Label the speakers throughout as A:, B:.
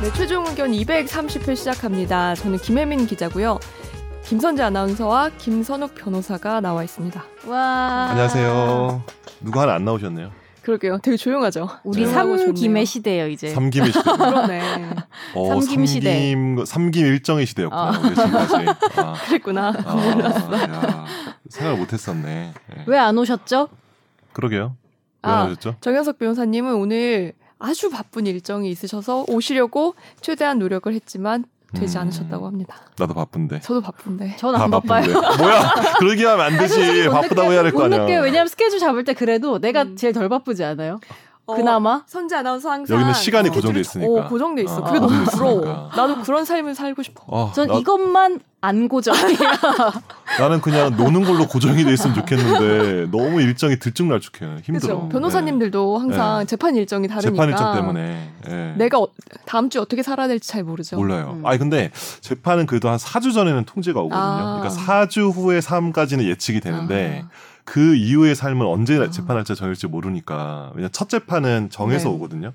A: 네, 학견 230회 시작합니다. 저는 김혜민 기자고요. 김선재 아나운서와 김선욱 변호사가 나와 있습니다.
B: 와.
C: 안녕하세요. 누구 하나 안 나오셨네요.
A: 그러게요. 되게 조용하죠.
B: 우리
A: 조용하고 좋네요.
B: 삼김의 시대예요 이제.
C: 삼김의 시대.
A: 그러네.
C: 어,
B: 삼김 시대.
C: 삼김, 삼김 일정의 시대였구나.
B: 아.
C: 우리 지금까지. 아,
A: 그랬구나.
C: 아, 야, 생각을 못했었네. 예.
B: 왜 안 오셨죠?
C: 그러게요. 왜
A: 아.
C: 안 오셨죠?
A: 정현석 변호사님은 오늘 아주 바쁜 일정이 있으셔서 오시려고 최대한 노력을 했지만 되지
C: 음,
A: 않으셨다고 합니다.
C: 나도 바쁜데.
A: 저도 바쁜데.
B: 전
C: 다
B: 안
C: 아, 바쁜데.
B: 바빠요.
C: 뭐야? 그러게 하면 안 되지. 바쁘다고 해야 될 거
B: 못 느껴요.
C: 아니야.
B: 왜냐면 스케줄 잡을 때 그래도 내가
A: 음. 어.
B: 제일 덜 바쁘지 않아요? 그나마.
A: 선재 아나운서 항상
C: 여기는 시간이
A: 스케줄이
C: 고정돼
A: 좀-
C: 있으니까.
A: 어, 고정돼 있어.
C: 어,
A: 그게 너무
C: 고정돼
A: 부러워.
C: 있으니까.
A: 나도 그런 삶을 살고 싶어.
C: 어,
B: 전
C: 나,
B: 이것만 안 고정.
C: 나는 그냥 노는 걸로 고정이 돼 있으면 좋겠는데 너무 일정이 들쭉날쭉해요. 힘들어.
A: 그죠?
C: 네.
A: 변호사님들도 항상
C: 네.
A: 재판 일정이 다르니까
C: 재판 일정 때문에. 예.
B: 네,
A: 내가 어- 다음 주에 어떻게 살아야 될지 잘 모르죠.
C: 몰라요.
B: 음.
C: 아니 근데 재판은 그래도 한 4주 전에는 통지가 오거든요.
A: 아.
C: 그러니까 4주 후에 삶까지는 예측이 되는데
A: 아.
C: 그 이후의 삶은 언제
A: 아.
C: 재판 날짜 정일지 모르니까. 왜냐 첫 재판은 정해서
A: 네.
C: 오거든요.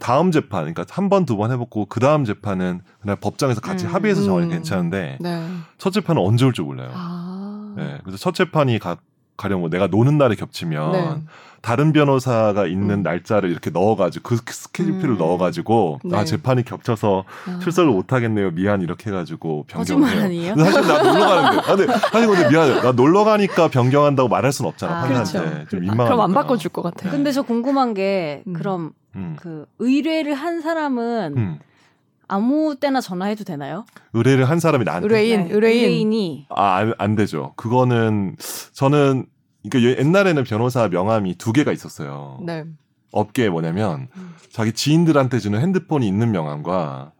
C: 다음 재판, 그러니까 한 번, 두 번 해보고 그 다음 재판은 그날 법정에서 같이
B: 음.
C: 합의해서 정하니
A: 음.
C: 괜찮은데
A: 네.
C: 첫 재판은 언제 올지 몰라요.
A: 아.
C: 예, 그래서 첫 재판이 가, 가령 뭐 내가 노는 날에 겹치면
A: 네.
C: 다른 변호사가 있는
A: 음.
C: 날짜를 이렇게 넣어가지고 그 스케줄표를
B: 음.
C: 넣어가지고
A: 네.
C: 아 재판이 겹쳐서
A: 아.
C: 출석을 못 하겠네요. 미안 이렇게 해가지고 변경을
B: 거짓말
C: 해요.
B: 아니에요?
C: 근데 사실 나 놀러 가는데, 아, 근데 사실 근데 미안해. 나 놀러 가니까 변경한다고 말할 순 없잖아.
B: 아,
C: 판사한테
A: 그렇죠.
C: 좀
A: 아,
C: 민망한.
A: 그럼 안 바꿔줄 것 같아요.
C: 네.
B: 근데 저 궁금한 게
A: 음.
B: 그럼 그 의뢰를 한 사람은
C: 음.
B: 아무 때나 전화해도 되나요?
C: 의뢰를 한 사람이 나한테
A: 의뢰인,
B: 네.
A: 의뢰인.
B: 의뢰인이
C: 아안 안 되죠. 그거는 저는 그러니까 옛날에는 변호사 명함이 두 개가 있었어요.
A: 네.
C: 업계에 뭐냐면
B: 음.
C: 자기 지인들한테 주는 핸드폰이 있는 명함과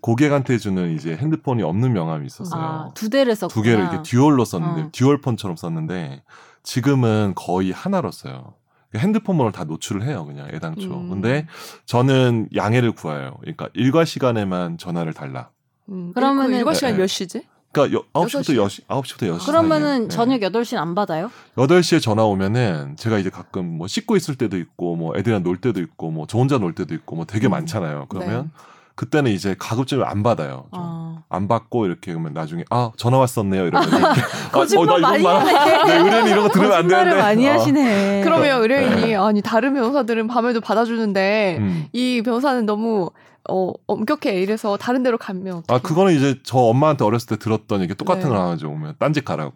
C: 고객한테 주는 이제 핸드폰이 없는 명함이 있었어요.
B: 아, 두 대를 썼구나.
C: 두 개를 이렇게 듀얼로 썼는데
B: 아. 어.
C: 듀얼폰처럼 썼는데 지금은 거의 하나로 써요. 그러니까 핸드폰으로 다 노출을 해요, 그냥 애당초.
A: 음.
C: 근데 저는 양해를 구해요. 그러니까 일과 시간에만 전화를 달라.
A: 음,
B: 그러면은-
A: 그 일과 시간
C: 네.
A: 몇 시지?
C: 그러니까 여, 9시부터
A: 6시?
C: 10시, 9시부터 10시.
B: 그러면은
C: 사이에.
B: 저녁 8시는 안 받아요?
C: 네. 8시에 전화 오면은 제가 이제 가끔 뭐 씻고 있을 때도 있고 뭐 애들이랑 놀 때도 있고 뭐 저 혼자 놀 때도 있고 뭐 되게
A: 음.
C: 많잖아요. 그러면 그때는 이제 가급적이면 안 받아요. 좀.
B: 네. 어.
C: 안 받고 이렇게 그러면 나중에 아 전화 왔었네요 이러면 이렇게
B: 거짓말
C: 아, 어, 나
B: 많이
C: 말하-
B: 하네.
C: 내 의뢰는 이런 거 들으면 안 되는데
B: 거짓말을 많이
C: 어.
B: 하시네.
A: 그러면 의뢰인이
C: 네.
A: 아니 다른 변호사들은 밤에도 받아주는데
C: 음.
A: 이 변호사는 너무 어, 엄격해 이래서 다른 데로 가면 어떡해.
C: 아 그거는 이제 저 엄마한테 어렸을 때 들었던 얘기 똑같은
A: 네.
C: 걸 하죠 오면 딴짓 가라고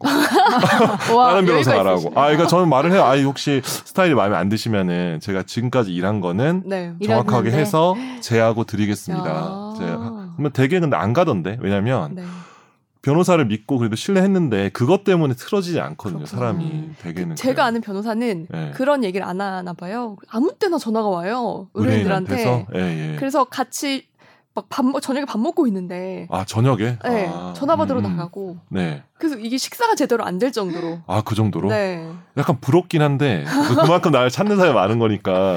A: 와,
C: 다른 변호사
A: 여유가
C: 가라고
A: 있으시네.
C: 아 그러니까 저는 말을 해요 아 혹시 스타일이 마음에 안 드시면은 제가 지금까지 일한 거는
A: 네.
C: 정확하게
B: 일했는데.
C: 해서 제하고 드리겠습니다
A: 아.
C: 제 그러면 되게 근데 안 가던데 왜냐면
A: 네.
C: 변호사를 믿고 그래도 신뢰했는데 그것 때문에 틀어지지 않거든요
A: 그렇구나.
C: 사람이 대개는
A: 제가
C: 그래요.
A: 아는 변호사는
C: 네.
A: 그런 얘기를 안 하나 봐요. 아무 때나 전화가 와요. 의뢰인들한테.
C: 의뢰인한테서 예, 예.
A: 그래서 같이 막 밥, 먹- 저녁에 밥 먹고 있는데
C: 아 저녁에
A: 네,
C: 아,
A: 전화 받으러
C: 음, 음.
A: 나가고
C: 네.
A: 그래서 이게 식사가 제대로 안 될 정도로
C: 아 그 정도로
A: 네.
C: 약간 부럽긴 한데 그- 그만큼 나를 찾는 사람이 많은 거니까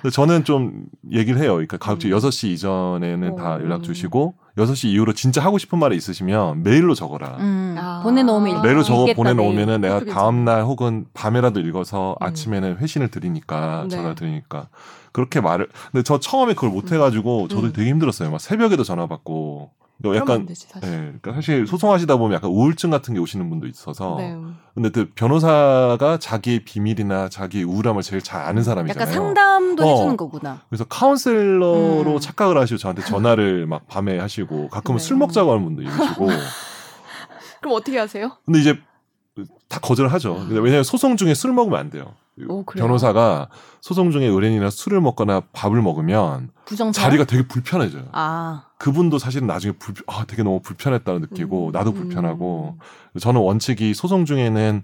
C: 근데 저는 좀 얘기를 해요. 그러니까 가급적
A: 음.
C: 6시 이전에는 다
B: 음.
C: 연락 주시고 6시 이후로 진짜 하고 싶은 말이 있으시면 메일로 적어라.
B: 음,
A: 아.
B: 보내놓으면
C: 메일로 적어
B: 읽겠다,
C: 보내놓으면은 내가
A: 그것도
C: 다음 날 혹은 밤에라도 읽어서
A: 음.
C: 아침에는 회신을 드리니까
A: 네.
C: 전화 드리니까 그렇게 말을 근데 저 처음에 그걸 못 해가지고 저도
A: 음.
C: 되게 힘들었어요. 막 새벽에도 전화 받고 뭐
A: 그러면 안
C: 약간
A: 되지 사실.
C: 예, 그러니까 사실 소송하시다 보면 약간 우울증 같은 게 오시는 분도 있어서
A: 네.
C: 근데 또 변호사가 자기의 비밀이나 자기의 우울함을 제일 잘 아는 사람이잖아요.
B: 약간 상담도
C: 어.
B: 해주는 거구나.
C: 그래서 카운셀러로
B: 음.
C: 착각을 하시고 저한테 전화를 막 밤에 하시고 가끔은
A: 네.
C: 술 먹자고 하는 분도 계시고
A: 그럼 어떻게 하세요?
C: 근데 이제 다 거절하죠. 근데 왜냐하면 소송 중에 술 먹으면 안 돼요.
B: 어,
A: 오, 그래요?
C: 변호사가 소송 중에 의뢰인이나 술을 먹거나 밥을 먹으면
B: 부정사.
C: 자리가 되게 불편해져요.
B: 아.
C: 그분도 사실은 나중에 불, 아, 되게 너무 불편했다고 느끼고
A: 음.
C: 나도 불편하고 저는 원칙이 소송 중에는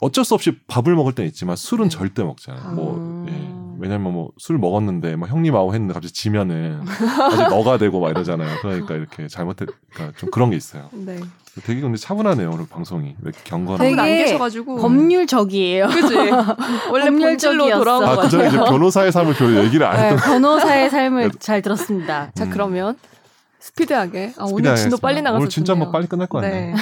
C: 어쩔 수 없이 밥을 먹을 때는 있지만 술은
A: 네.
C: 절대 먹지 않아요. 뭐
B: 음.
C: 예. 왜냐면 뭐 술 먹었는데 막 형님 아우 했는데 갑자기 지면은 갑자기 너가 되고 막 이러잖아요. 그러니까 이렇게 잘못했 그러니까 좀 그런 게 있어요.
A: 네.
C: 되게 근데 차분하네요 오늘 방송이 왜 이렇게 경건한.
B: 되게
A: 한분안 계셔가지고.
B: 법률적이에요.
A: 그지. 원래 본질로
B: 법률적이었어.
A: 돌아온 것
C: 아 그전에
A: 같아요.
C: 이제 변호사의 삶을 별로 얘기를 안
B: 네,
C: 했던.
B: 변호사의 삶을 잘 들었습니다.
A: 자
C: 음.
A: 그러면 스피드하게. 아, 오늘
C: 스피드하게
A: 진도
C: 하겠습니다.
A: 빨리 나가서
C: 오늘 진짜 한번
A: 좋네요.
C: 빨리 끝날 것 같네.
A: 네.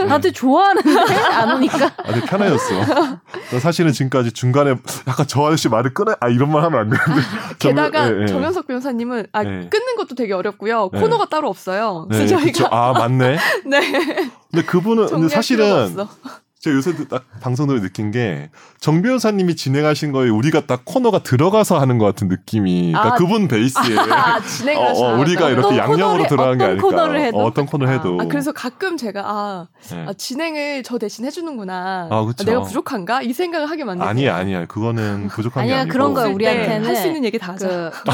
C: 네.
B: 다들 좋아하는데 안 오니까
C: 아주 편해졌어. 저 사실은 지금까지 중간에 약간 저 아저씨 말을 끊어 아 이런 말 하면 안 되는데.
A: 게다가
C: 정- 예, 예.
A: 정현석 변호사님은 아
C: 예.
A: 끊는 것도 되게 어렵고요.
C: 네.
A: 코너가 따로 없어요.
C: 네,
A: 그래서
C: 그쵸.
A: 저희가
C: 아 맞네.
A: 네.
C: 근데 그분은 근데
A: 정리할
C: 사실은
A: 필요가 없어.
C: 제가 요새 딱 방송 들으 느낀 게 정 변호사님이 진행하신 거에 우리가 딱 코너가 들어가서 하는 것 같은 느낌이. 그러니까
A: 아.
C: 그분 베이스에
A: 아, 진행을
C: 어,
A: 하시나
C: 어, 우리가
A: 보다.
B: 네, 그렇죠.
C: 이렇게
B: 어떤
C: 양념으로
B: 코너를-
C: 들어간 게
B: 어떤
C: 아닐까.
B: 코너를 해도.
C: 어, 어떤 코너를
B: 아.
C: 해도. 예. 네.
A: 아, 그래서 가끔 제가 아, 아, 진행을 저 대신 해주는구나.
C: 아, 그쵸.
A: 내가 부족한가? 이 생각을 하게 만드는
C: 아니야 아니야 그거는 부족한 게
B: 아니야,
C: 아니고.
B: 그런 거야,
A: 없을
B: 우리한테는.
A: 때 할 수 있는 얘기 다 하자.
B: 그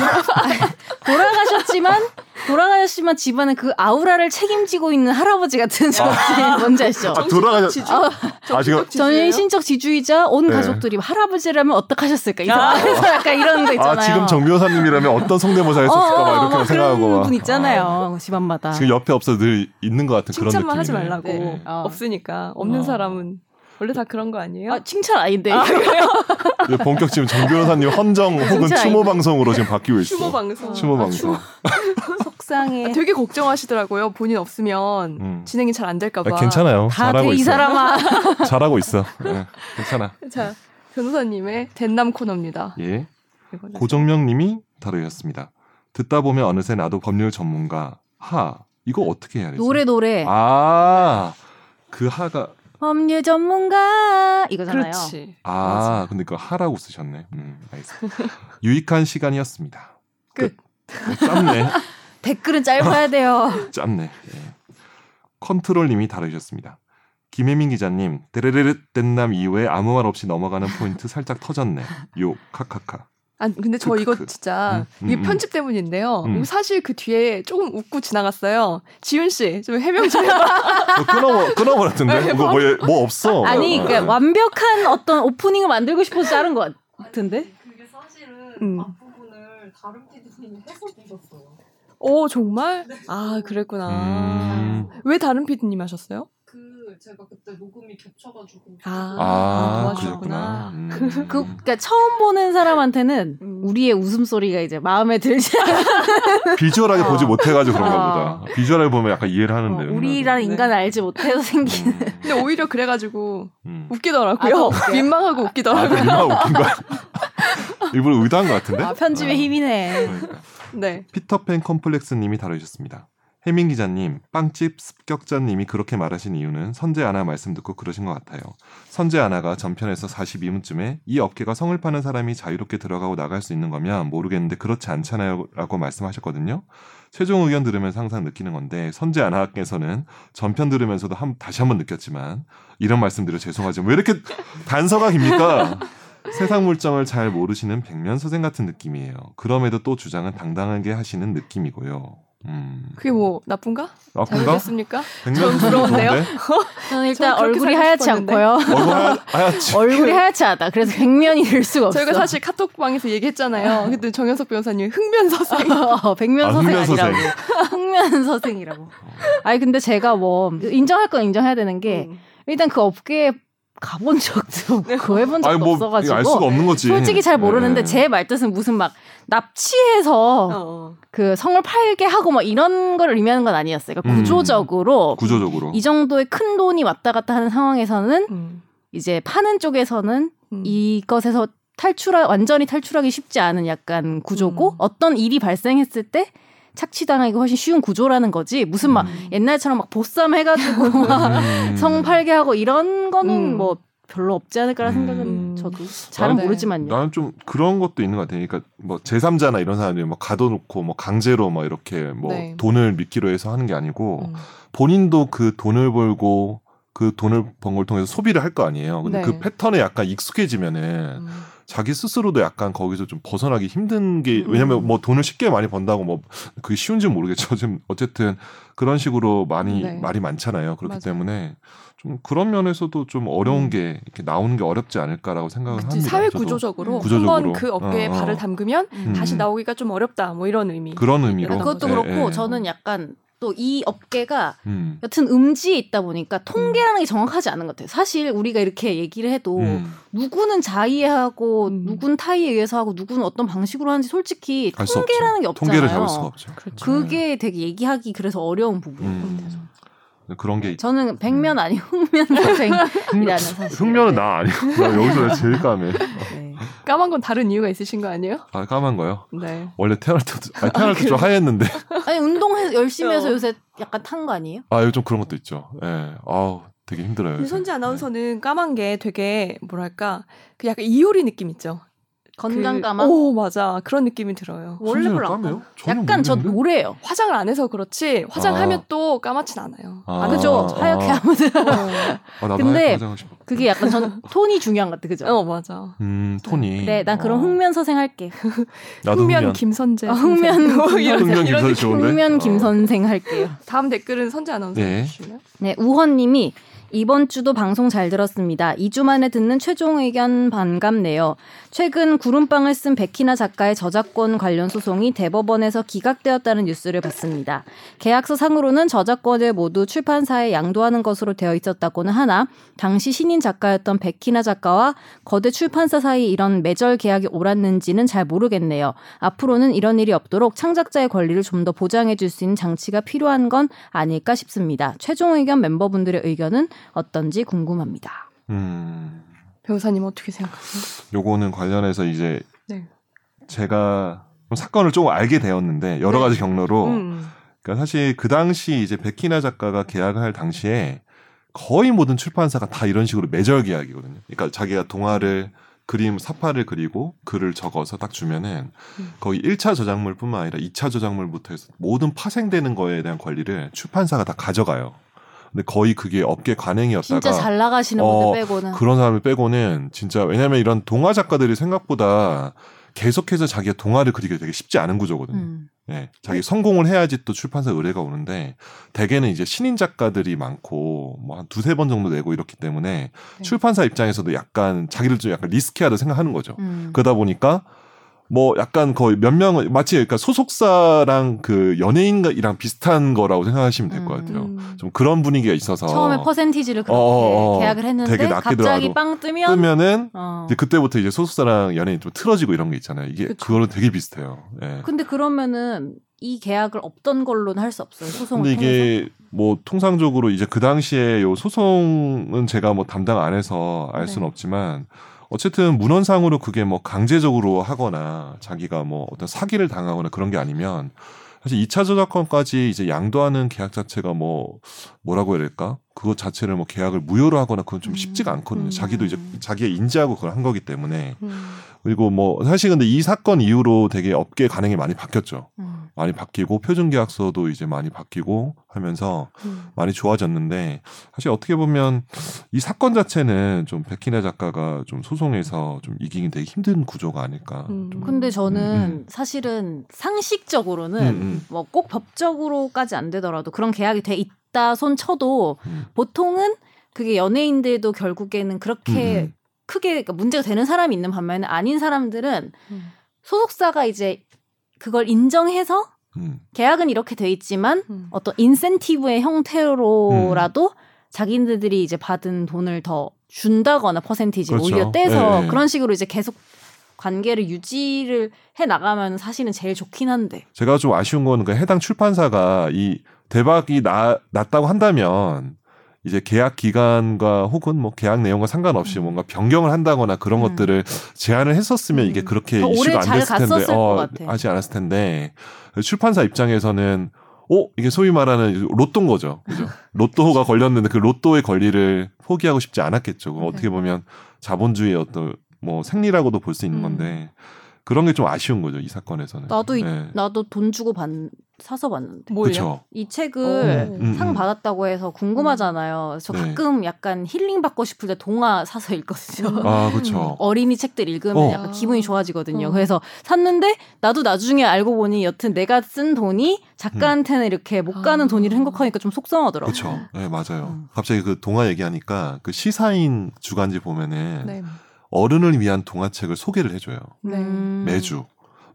B: 돌아가셨지만 돌아가셨지만 집안에 그 아우라를 책임지고 있는 할아버지 같은 존재 뭔지 아시죠?
C: 아, 돌아가셨-
A: 지주?
B: 아,
C: 아 지금
A: 지주예요?
B: 전신적 지주이자 온
C: 네.
B: 가족들이 할아버지라면 어떡하셨을까? 이 상황에서 약간 이런 거 있잖아요.
C: 아 지금 정 변호사님이라면 어떤 성대모사
B: 어,
C: 했었을까 막
B: 어,
C: 이렇게
B: 막
C: 생각하고
B: 그런
C: 막.
B: 분 있잖아요.
C: 아,
B: 집안마다.
C: 지금 옆에 없어 늘 있는 것 같은 그런 느낌.
A: 칭찬만 하지 말라고.
C: 네.
B: 어.
A: 없으니까 없는
C: 어.
A: 사람은 원래 다 그런 거 아니에요?
B: 아, 칭찬 아닌데.
C: 근데 예, 본격 지금 정 변호사님 헌정 혹은
B: 진짜
C: 추모 방송으로 지금 바뀌고 있어.
A: 추모 방송.
C: 추모
A: 아,
C: 방송.
A: 추모.
B: 속상해.
A: 아, 되게 걱정하시더라고요. 본인 없으면
C: 음.
A: 진행이 잘 안 될까 봐.
C: 아, 괜찮아요.
B: 다
C: 잘하고
B: 돼 이
C: 있어.
B: 사람아.
C: 잘하고 있어. 예, 괜찮아.
A: 자, 변호사님의 된남 코너입니다.
C: 예.
A: 이거는.
C: 고정명님이 다루셨습니다. 듣다 보면 어느새 나도 법률 전문가. 하 이거 어떻게 해야 되지?
B: 노래 노래.
C: 아. 아그 하가
B: 법률 전문가 이거잖아요.
A: 그렇지.
C: 아 근데 그 하라고 쓰셨네. 음 알겠습니다. 유익한 시간이었습니다.
A: 끝.
C: 어, 짧네.
B: 댓글은 짧아야 돼요.
C: 짧네. 예. 컨트롤님이 다루셨습니다. 김혜민 기자님, 데레레르 뗀남 이후에 아무 말 없이 넘어가는 포인트 살짝 터졌네. 요 카카카.
A: 아 근데 저 이거
C: 크크크.
A: 진짜
C: 그, 음, 음,
A: 이게
C: 음.
A: 편집 때문인데요.
C: 음.
A: 이거 사실 그 뒤에 조금 웃고 지나갔어요. 지윤 씨 좀 해명 좀 해봐.
C: 이거 끊어 끊어버렸던데. 이거 뭐, 예, 뭐 없어.
B: 아니
C: 어,
B: 그러니까
C: 어.
B: 완벽한 어떤 오프닝을 만들고 싶어서 자른 것 같은데.
D: 그게 사실은
A: 음.
D: 앞부분을 다른 PD님이 해서 주셨어요.
A: 오 정말? 아 그랬구나.
C: 음.
A: 왜 다른 피디님 하셨어요?
D: 그 제가 그때 녹음이 겹쳐가지고
A: 아,
C: 아, 그러셨구나.
A: 도와주셨구나.
C: 음.
B: 그 그러니까 처음 보는 사람한테는
A: 음.
B: 우리의 웃음 소리가 이제 마음에 들지 않아.
C: 비주얼하게
B: 어.
C: 보지 못해가지고 그런가
B: 어.
C: 보다. 비주얼을 보면 약간 이해를 하는데.
B: 우리라는 인간을 알지 못해서 생긴.
C: 음,
A: 근데 오히려 그래가지고
C: 음.
B: 아, 더
A: 웃기더라고요.
B: 웃겨요?
A: 민망하고
C: 아,
A: 웃기더라고요.
C: 그 민망 웃긴 거야. 일부러 의도한 것 같은데.
B: 아, 편집의
C: 어.
B: 힘이네.
C: 그러니까.
A: 네.
C: 피터팬 컴플렉스님이 다루셨습니다. 혜민 기자님, 빵집 습격자님이 그렇게 말하신 이유는 선재 아나 말씀 듣고 그러신 것 같아요. 선재 아나가 전편에서 42분쯤에 이 업계가 성을 파는 사람이 자유롭게 들어가고 나갈 수 있는 거면 모르겠는데 그렇지 않잖아요 라고 말씀하셨거든요. 최종 의견 들으면서 항상 느끼는 건데 선재 아나께서는 전편 들으면서도 한- 다시 한번 느꼈지만 이런 말씀드려 죄송하지만 왜 이렇게 단서가 깁니까? 세상 물정을 잘 모르시는 백면 선생 같은 느낌이에요. 그럼에도 또 주장은 당당하게 하시는 느낌이고요. 음.
A: 그게 뭐 나쁜가?
C: 나쁜가?
A: 잘못했습니까?
C: 아, 백면
A: 저는
C: 선생
A: 부러운데요.
C: 좋은데? 어,
B: 저는
A: 저는
B: 일단
A: 그렇게
B: 얼굴이
A: 살고
B: 하얗지
A: 싶었는데.
B: 않고요.
C: 얼굴 하얗- 하얗지.
B: 얼굴이 하얗지 않다. 그래서 백면이 될 수가 없어.
A: 저희가 사실 카톡방에서 얘기했잖아요. 그때 정현석 변호사님 흥면서생.
B: 어, 백면
C: 아,
B: 서생
C: 흥면 서생.
B: 아니라고. 흥면 서생이라고. 아니 근데 제가 뭐 인정할 건 인정해야 되는
A: 예.
B: 게
A: 음.
B: 일단 그 업계에 가본 적도 없고 해본 적도
C: 아니 뭐 이거 알 수가
B: 없어가지고
C: 없는 거지.
B: 솔직히 잘 모르는데
C: 네.
B: 제 말뜻은 무슨 막 납치해서
A: 어.
B: 그 성을 팔게 하고 막 이런 걸 의미하는 건 아니었어요. 그러니까
C: 음.
B: 구조적으로
C: 구조적으로.
B: 이 정도의 큰 돈이 왔다 갔다 하는 상황에서는
A: 음.
B: 이제 파는 쪽에서는
A: 음.
B: 이것에서 탈출하 완전히 탈출하기 쉽지 않은 약간 구조고
A: 음.
B: 어떤 일이 발생했을 때 착취당하기 훨씬 쉬운 구조라는 거지 무슨 막
C: 음.
A: 예.
B: 옛날처럼 막 보쌈 해가지고 막
C: 음.
B: 성 팔게 하고 이런 거는
A: 음.
B: 뭐 별로 없지 않을까라는
C: 음.
B: 생각은
A: 음.
B: 저도 잘은
A: 네.
B: 모르지만요.
C: 나는 좀 그런 것도 있는 것 같아. 그러니까 뭐 제3자나 이런 사람들이 막 가둬놓고 뭐 강제로 막 이렇게 뭐
A: 네.
C: 돈을 미끼로 해서 하는 게 아니고
A: 음.
C: 본인도 그 돈을 벌고 그 돈을 번 걸 통해서 소비를 할 거 아니에요. 근데
A: 네.
C: 그 패턴에 약간 익숙해지면은
A: 음.
C: 자기 스스로도 약간 거기서 좀 벗어나기 힘든 게
A: 음.
C: 왜냐면 뭐 돈을 쉽게 많이 번다고 뭐 그게 쉬운지 는 모르겠죠. 지금 어쨌든 그런 식으로 많이
A: 네.
C: 말이 많잖아요. 그렇기
A: 맞아요.
C: 때문에 좀 그런 면에서도 좀 어려운
A: 음.
C: 게 이렇게 나오는 게 어렵지 않을까라고 생각을
A: 그치,
C: 합니다.
A: 사회
C: 저도
A: 구조적으로,
C: 구조적으로.
A: 한번 그 업계에
C: 어, 어.
A: 발을 담그면
B: 음.
A: 다시 나오기가 좀 어렵다. 뭐 이런 의미.
C: 그런 의미로
A: 약간
B: 그것도
C: 예,
B: 그렇고
C: 예.
B: 저는 약간 또 이 업계가
C: 음.
B: 여튼 음지에 있다 보니까 통계라는 게 정확하지 않은 것 같아요. 사실 우리가 이렇게 얘기를 해도
C: 음.
B: 누구는 자의하고
A: 음.
B: 누군 타의에 의해서 하고 누구는 어떤 방식으로 하는지 솔직히
C: 알수 없죠.
B: 통계라는 게 없잖아요.
C: 통계를 잡을 수가 없죠.
A: 그렇죠.
B: 그게 되게 얘기하기 그래서 어려운 부분인 것 같아요.
C: 음. 그런 게 있-
B: 저는 백면 아니 흑면 선생이라는 사실.
E: 흑면은 나 아니야. 나 여기서 나 제일 까매.
B: 네.
A: 까만 건 다른 이유가 있으신 거 아니에요?
C: 아, 까만 거요.
A: 네.
C: 원래 태어날 때도 아니, 태어날 때 좀 하였는데
B: 아니 운동 해 열심히 해서
A: 어.
B: 요새 약간 탄 거 아니에요?
C: 아, 요즘 그런 것도 있죠. 예. 아우, 되게 힘들어요.
A: 근데
C: 요새.
A: 선지
C: 네.
A: 아나운서는 까만 게 되게 뭐랄까 그 약간 이효리 느낌 있죠.
B: 건강
A: 그-
B: 까마.
A: 오 맞아 그런 느낌이 들어요.
B: 원래
C: 심지어
B: 별로 안
C: 까매요? 전혀
B: 약간 저
C: 모르겠는데?
B: 노래예요.
A: 화장을 안 해서 그렇지 화장하면
C: 아.
A: 또 까맣진 않아요. 어.
C: 아.
A: 안
B: 그죠? 하얗게 하면
C: 아, 나도
B: 근데-
C: 하얗게 화장하고 싶어.
B: 그게 약간 전 톤이 중요한 것 같아, 그죠?
A: 어 맞아.
C: 음, 톤이.
B: 네, 난 그런
C: 어.
B: 흑면 선생 할게.
C: 나도
A: 흑면,
C: 흑면.
A: 김선재.
B: 어, 흑면
A: 선생. 뭐
B: 김선재.
A: 이런-
C: 흑면
A: 이런
C: 김선재
A: 느낌.
C: 좋은데?
B: 흑면 김
C: 어.
B: 선생 할게요.
A: 다음 댓글은 선재 아나운서
C: 네.
A: 주시나요?
B: 네, 우헌님이 이번 주도 방송 잘 들었습니다. 2주 만에 듣는 최종 의견 반갑네요. 최근 구름빵을 쓴 백희나 작가의 저작권 관련 소송이 대법원에서 기각되었다는 뉴스를 봤습니다. 계약서 상으로는 저작권을 모두 출판사에 양도하는 것으로 되어 있었다고는 하나, 당시 신인 작가였던 백희나 작가와 거대 출판사 사이 이런 매절 계약이 옳았는지는 잘 모르겠네요. 앞으로는 이런 일이 없도록 창작자의 권리를 좀 더 보장해 줄 수 있는 장치가 필요한 건 아닐까 싶습니다. 최종 의견 멤버분들의 의견은 어떤지 궁금합니다.
C: 음.
A: 변호사님 어떻게 생각하세요?
C: 요거는 관련해서 이제
A: 네.
C: 제가 좀 사건을 조금 알게 되었는데
A: 네.
C: 여러 가지 경로로
A: 음.
C: 그러니까 사실 그 당시 이제 백희나 작가가 계약을 할 당시에 거의 모든 출판사가 다 이런 식으로 매절 계약이거든요. 그러니까 자기가 동화를 그림 사파를 그리고 글을 적어서 딱 주면은
A: 음.
C: 거의 1차 저작물뿐만 아니라 2차 저작물부터 해서 모든 파생되는 거에 대한 권리를 출판사가 다 가져가요. 근데 거의 그게 업계 관행이었다가
B: 진짜 잘 나가시는
C: 어,
B: 분들 빼고는
C: 그런 사람을 빼고는 진짜 왜냐면 이런 동화 작가들이 생각보다 계속해서 자기가 동화를 그리기 되게 쉽지 않은 구조거든요.
B: 음.
C: 예, 자기 성공을 해야지 또 출판사 의뢰가 오는데 대개는 이제 신인 작가들이 많고 뭐 한 두세 번 정도 내고 이렇기 때문에
A: 네.
C: 출판사 입장에서도 약간 자기를 좀 약간 리스키하다 생각하는 거죠.
B: 음.
C: 그러다 보니까 뭐 약간 거의 몇 명은 마치 그러니까 소속사랑 그 연예인이랑 비슷한 거라고 생각하시면 될 것 같아요.
A: 음.
C: 어. 좀 그런 분위기가 있어서
B: 처음에 퍼센티지를 그렇게
C: 어, 어, 어.
B: 계약을 했는데
C: 되게 낮게
B: 갑자기
C: 들어가도
B: 빵 뜨면
C: 뜨면은
B: 어.
C: 근데 그때부터 이제 소속사랑 연예인 좀 틀어지고 이런 게 있잖아요. 이게
B: 그쵸.
C: 그거랑 되게 비슷해요. 예.
B: 근데 그러면은 이 계약을 없던 걸로는 할 수 없어요. 소송을
C: 근데
B: 통해서.
C: 이게 뭐 통상적으로 이제 그 당시에 요 소송은 제가 뭐 담당 안 해서 알 수는
B: 네.
C: 없지만 어쨌든 문헌상으로 그게 뭐 강제적으로 하거나 자기가 뭐 어떤 사기를 당하거나 그런 게 아니면 사실 2차 저작권까지 이제 양도하는 계약 자체가 뭐 뭐라고 해야 될까? 그거 자체를 뭐 계약을 무효로 하거나 그건 좀 쉽지가 않거든요.
A: 음.
C: 자기도 이제 자기의 인지하고 그걸 한 거기 때문에
A: 음.
C: 그리고 뭐 사실 근데 이 사건 이후로 되게 업계 관행이 많이 바뀌었죠.
B: 음.
C: 많이 바뀌고 표준 계약서도 이제 많이 바뀌고 하면서
A: 음.
C: 많이 좋아졌는데 사실 어떻게 보면 이 사건 자체는 좀 백희나 작가가 좀 소송에서 좀 이기긴 되게 힘든 구조가 아닐까.
A: 음.
C: 좀.
B: 근데 저는
C: 음,
B: 사실은
C: 음,
B: 상식적으로는
C: 음,
B: 뭐 꼭 법적으로까지 안 되더라도 그런 계약이 돼 있다 손 쳐도
C: 음.
B: 보통은 그게 연예인들도 결국에는 그렇게
C: 음, 음.
B: 크게 그러니까 문제가 되는 사람이 있는 반면에 아닌 사람들은
A: 음.
B: 소속사가 이제 그걸 인정해서
C: 음.
B: 계약은 이렇게 돼 있지만
A: 음.
B: 어떤 인센티브의 형태로라도
C: 음.
B: 자기네들이 이제 받은 돈을 더 준다거나 퍼센티지 를
C: 그렇죠.
B: 오히려 떼서
C: 예, 예.
B: 그런 식으로 이제 계속 관계를 유지를 해 나가면 사실은 제일 좋긴 한데
C: 제가 좀 아쉬운 거는 그 해당 출판사가 이 대박이 나, 났다고 한다면 이제 계약 기간과 혹은 뭐 계약 내용과 상관없이
B: 음.
C: 뭔가 변경을 한다거나 그런
B: 음.
C: 것들을 제안을 했었으면 이게
A: 음.
C: 그렇게
B: 더 오래
C: 이슈가 안
B: 잘
C: 됐을 텐데
B: 갔었을 것
C: 어,
B: 같아.
C: 하지 않았을 텐데 출판사 입장에서는 어 이게 소위 말하는 로또인 거죠. 그죠? 로또가 걸렸는데 그 로또의 권리를 포기하고 싶지 않았겠죠. 그거
B: 네.
C: 어떻게 보면 자본주의의 어떤 뭐 생리라고도 볼 수 있는
B: 음.
C: 건데 그런 게 좀 아쉬운 거죠 이 사건에서는.
B: 나도 이-
C: 네.
B: 나도 돈 주고 받, 사서 봤는데
A: 뭘요?
C: 그렇죠.
B: 이 책을
A: 오.
C: 음,
B: 상
C: 음.
B: 받았다고 해서 궁금하잖아요. 저
C: 네.
B: 가끔 약간 힐링 받고 싶을 때 동화 사서 읽거든요.
A: 음.
C: 아, 그렇죠.
B: 어린이 책들 읽으면
C: 어.
B: 약간 기분이 좋아지거든요.
A: 어.
B: 그래서 샀는데 나도 나중에 알고 보니 여튼 내가 쓴 돈이 작가한테는 이렇게 못 가는
A: 아.
B: 돈이라 생각하니까 좀 속상하더라고. 요
C: 그렇죠. 네, 맞아요.
B: 음.
C: 갑자기 그 동화 얘기하니까 그 시사인 주간지 보면은
A: 네.
C: 어른을 위한 동화책을 소개를 해줘요.
A: 네.
B: 음.
C: 매주.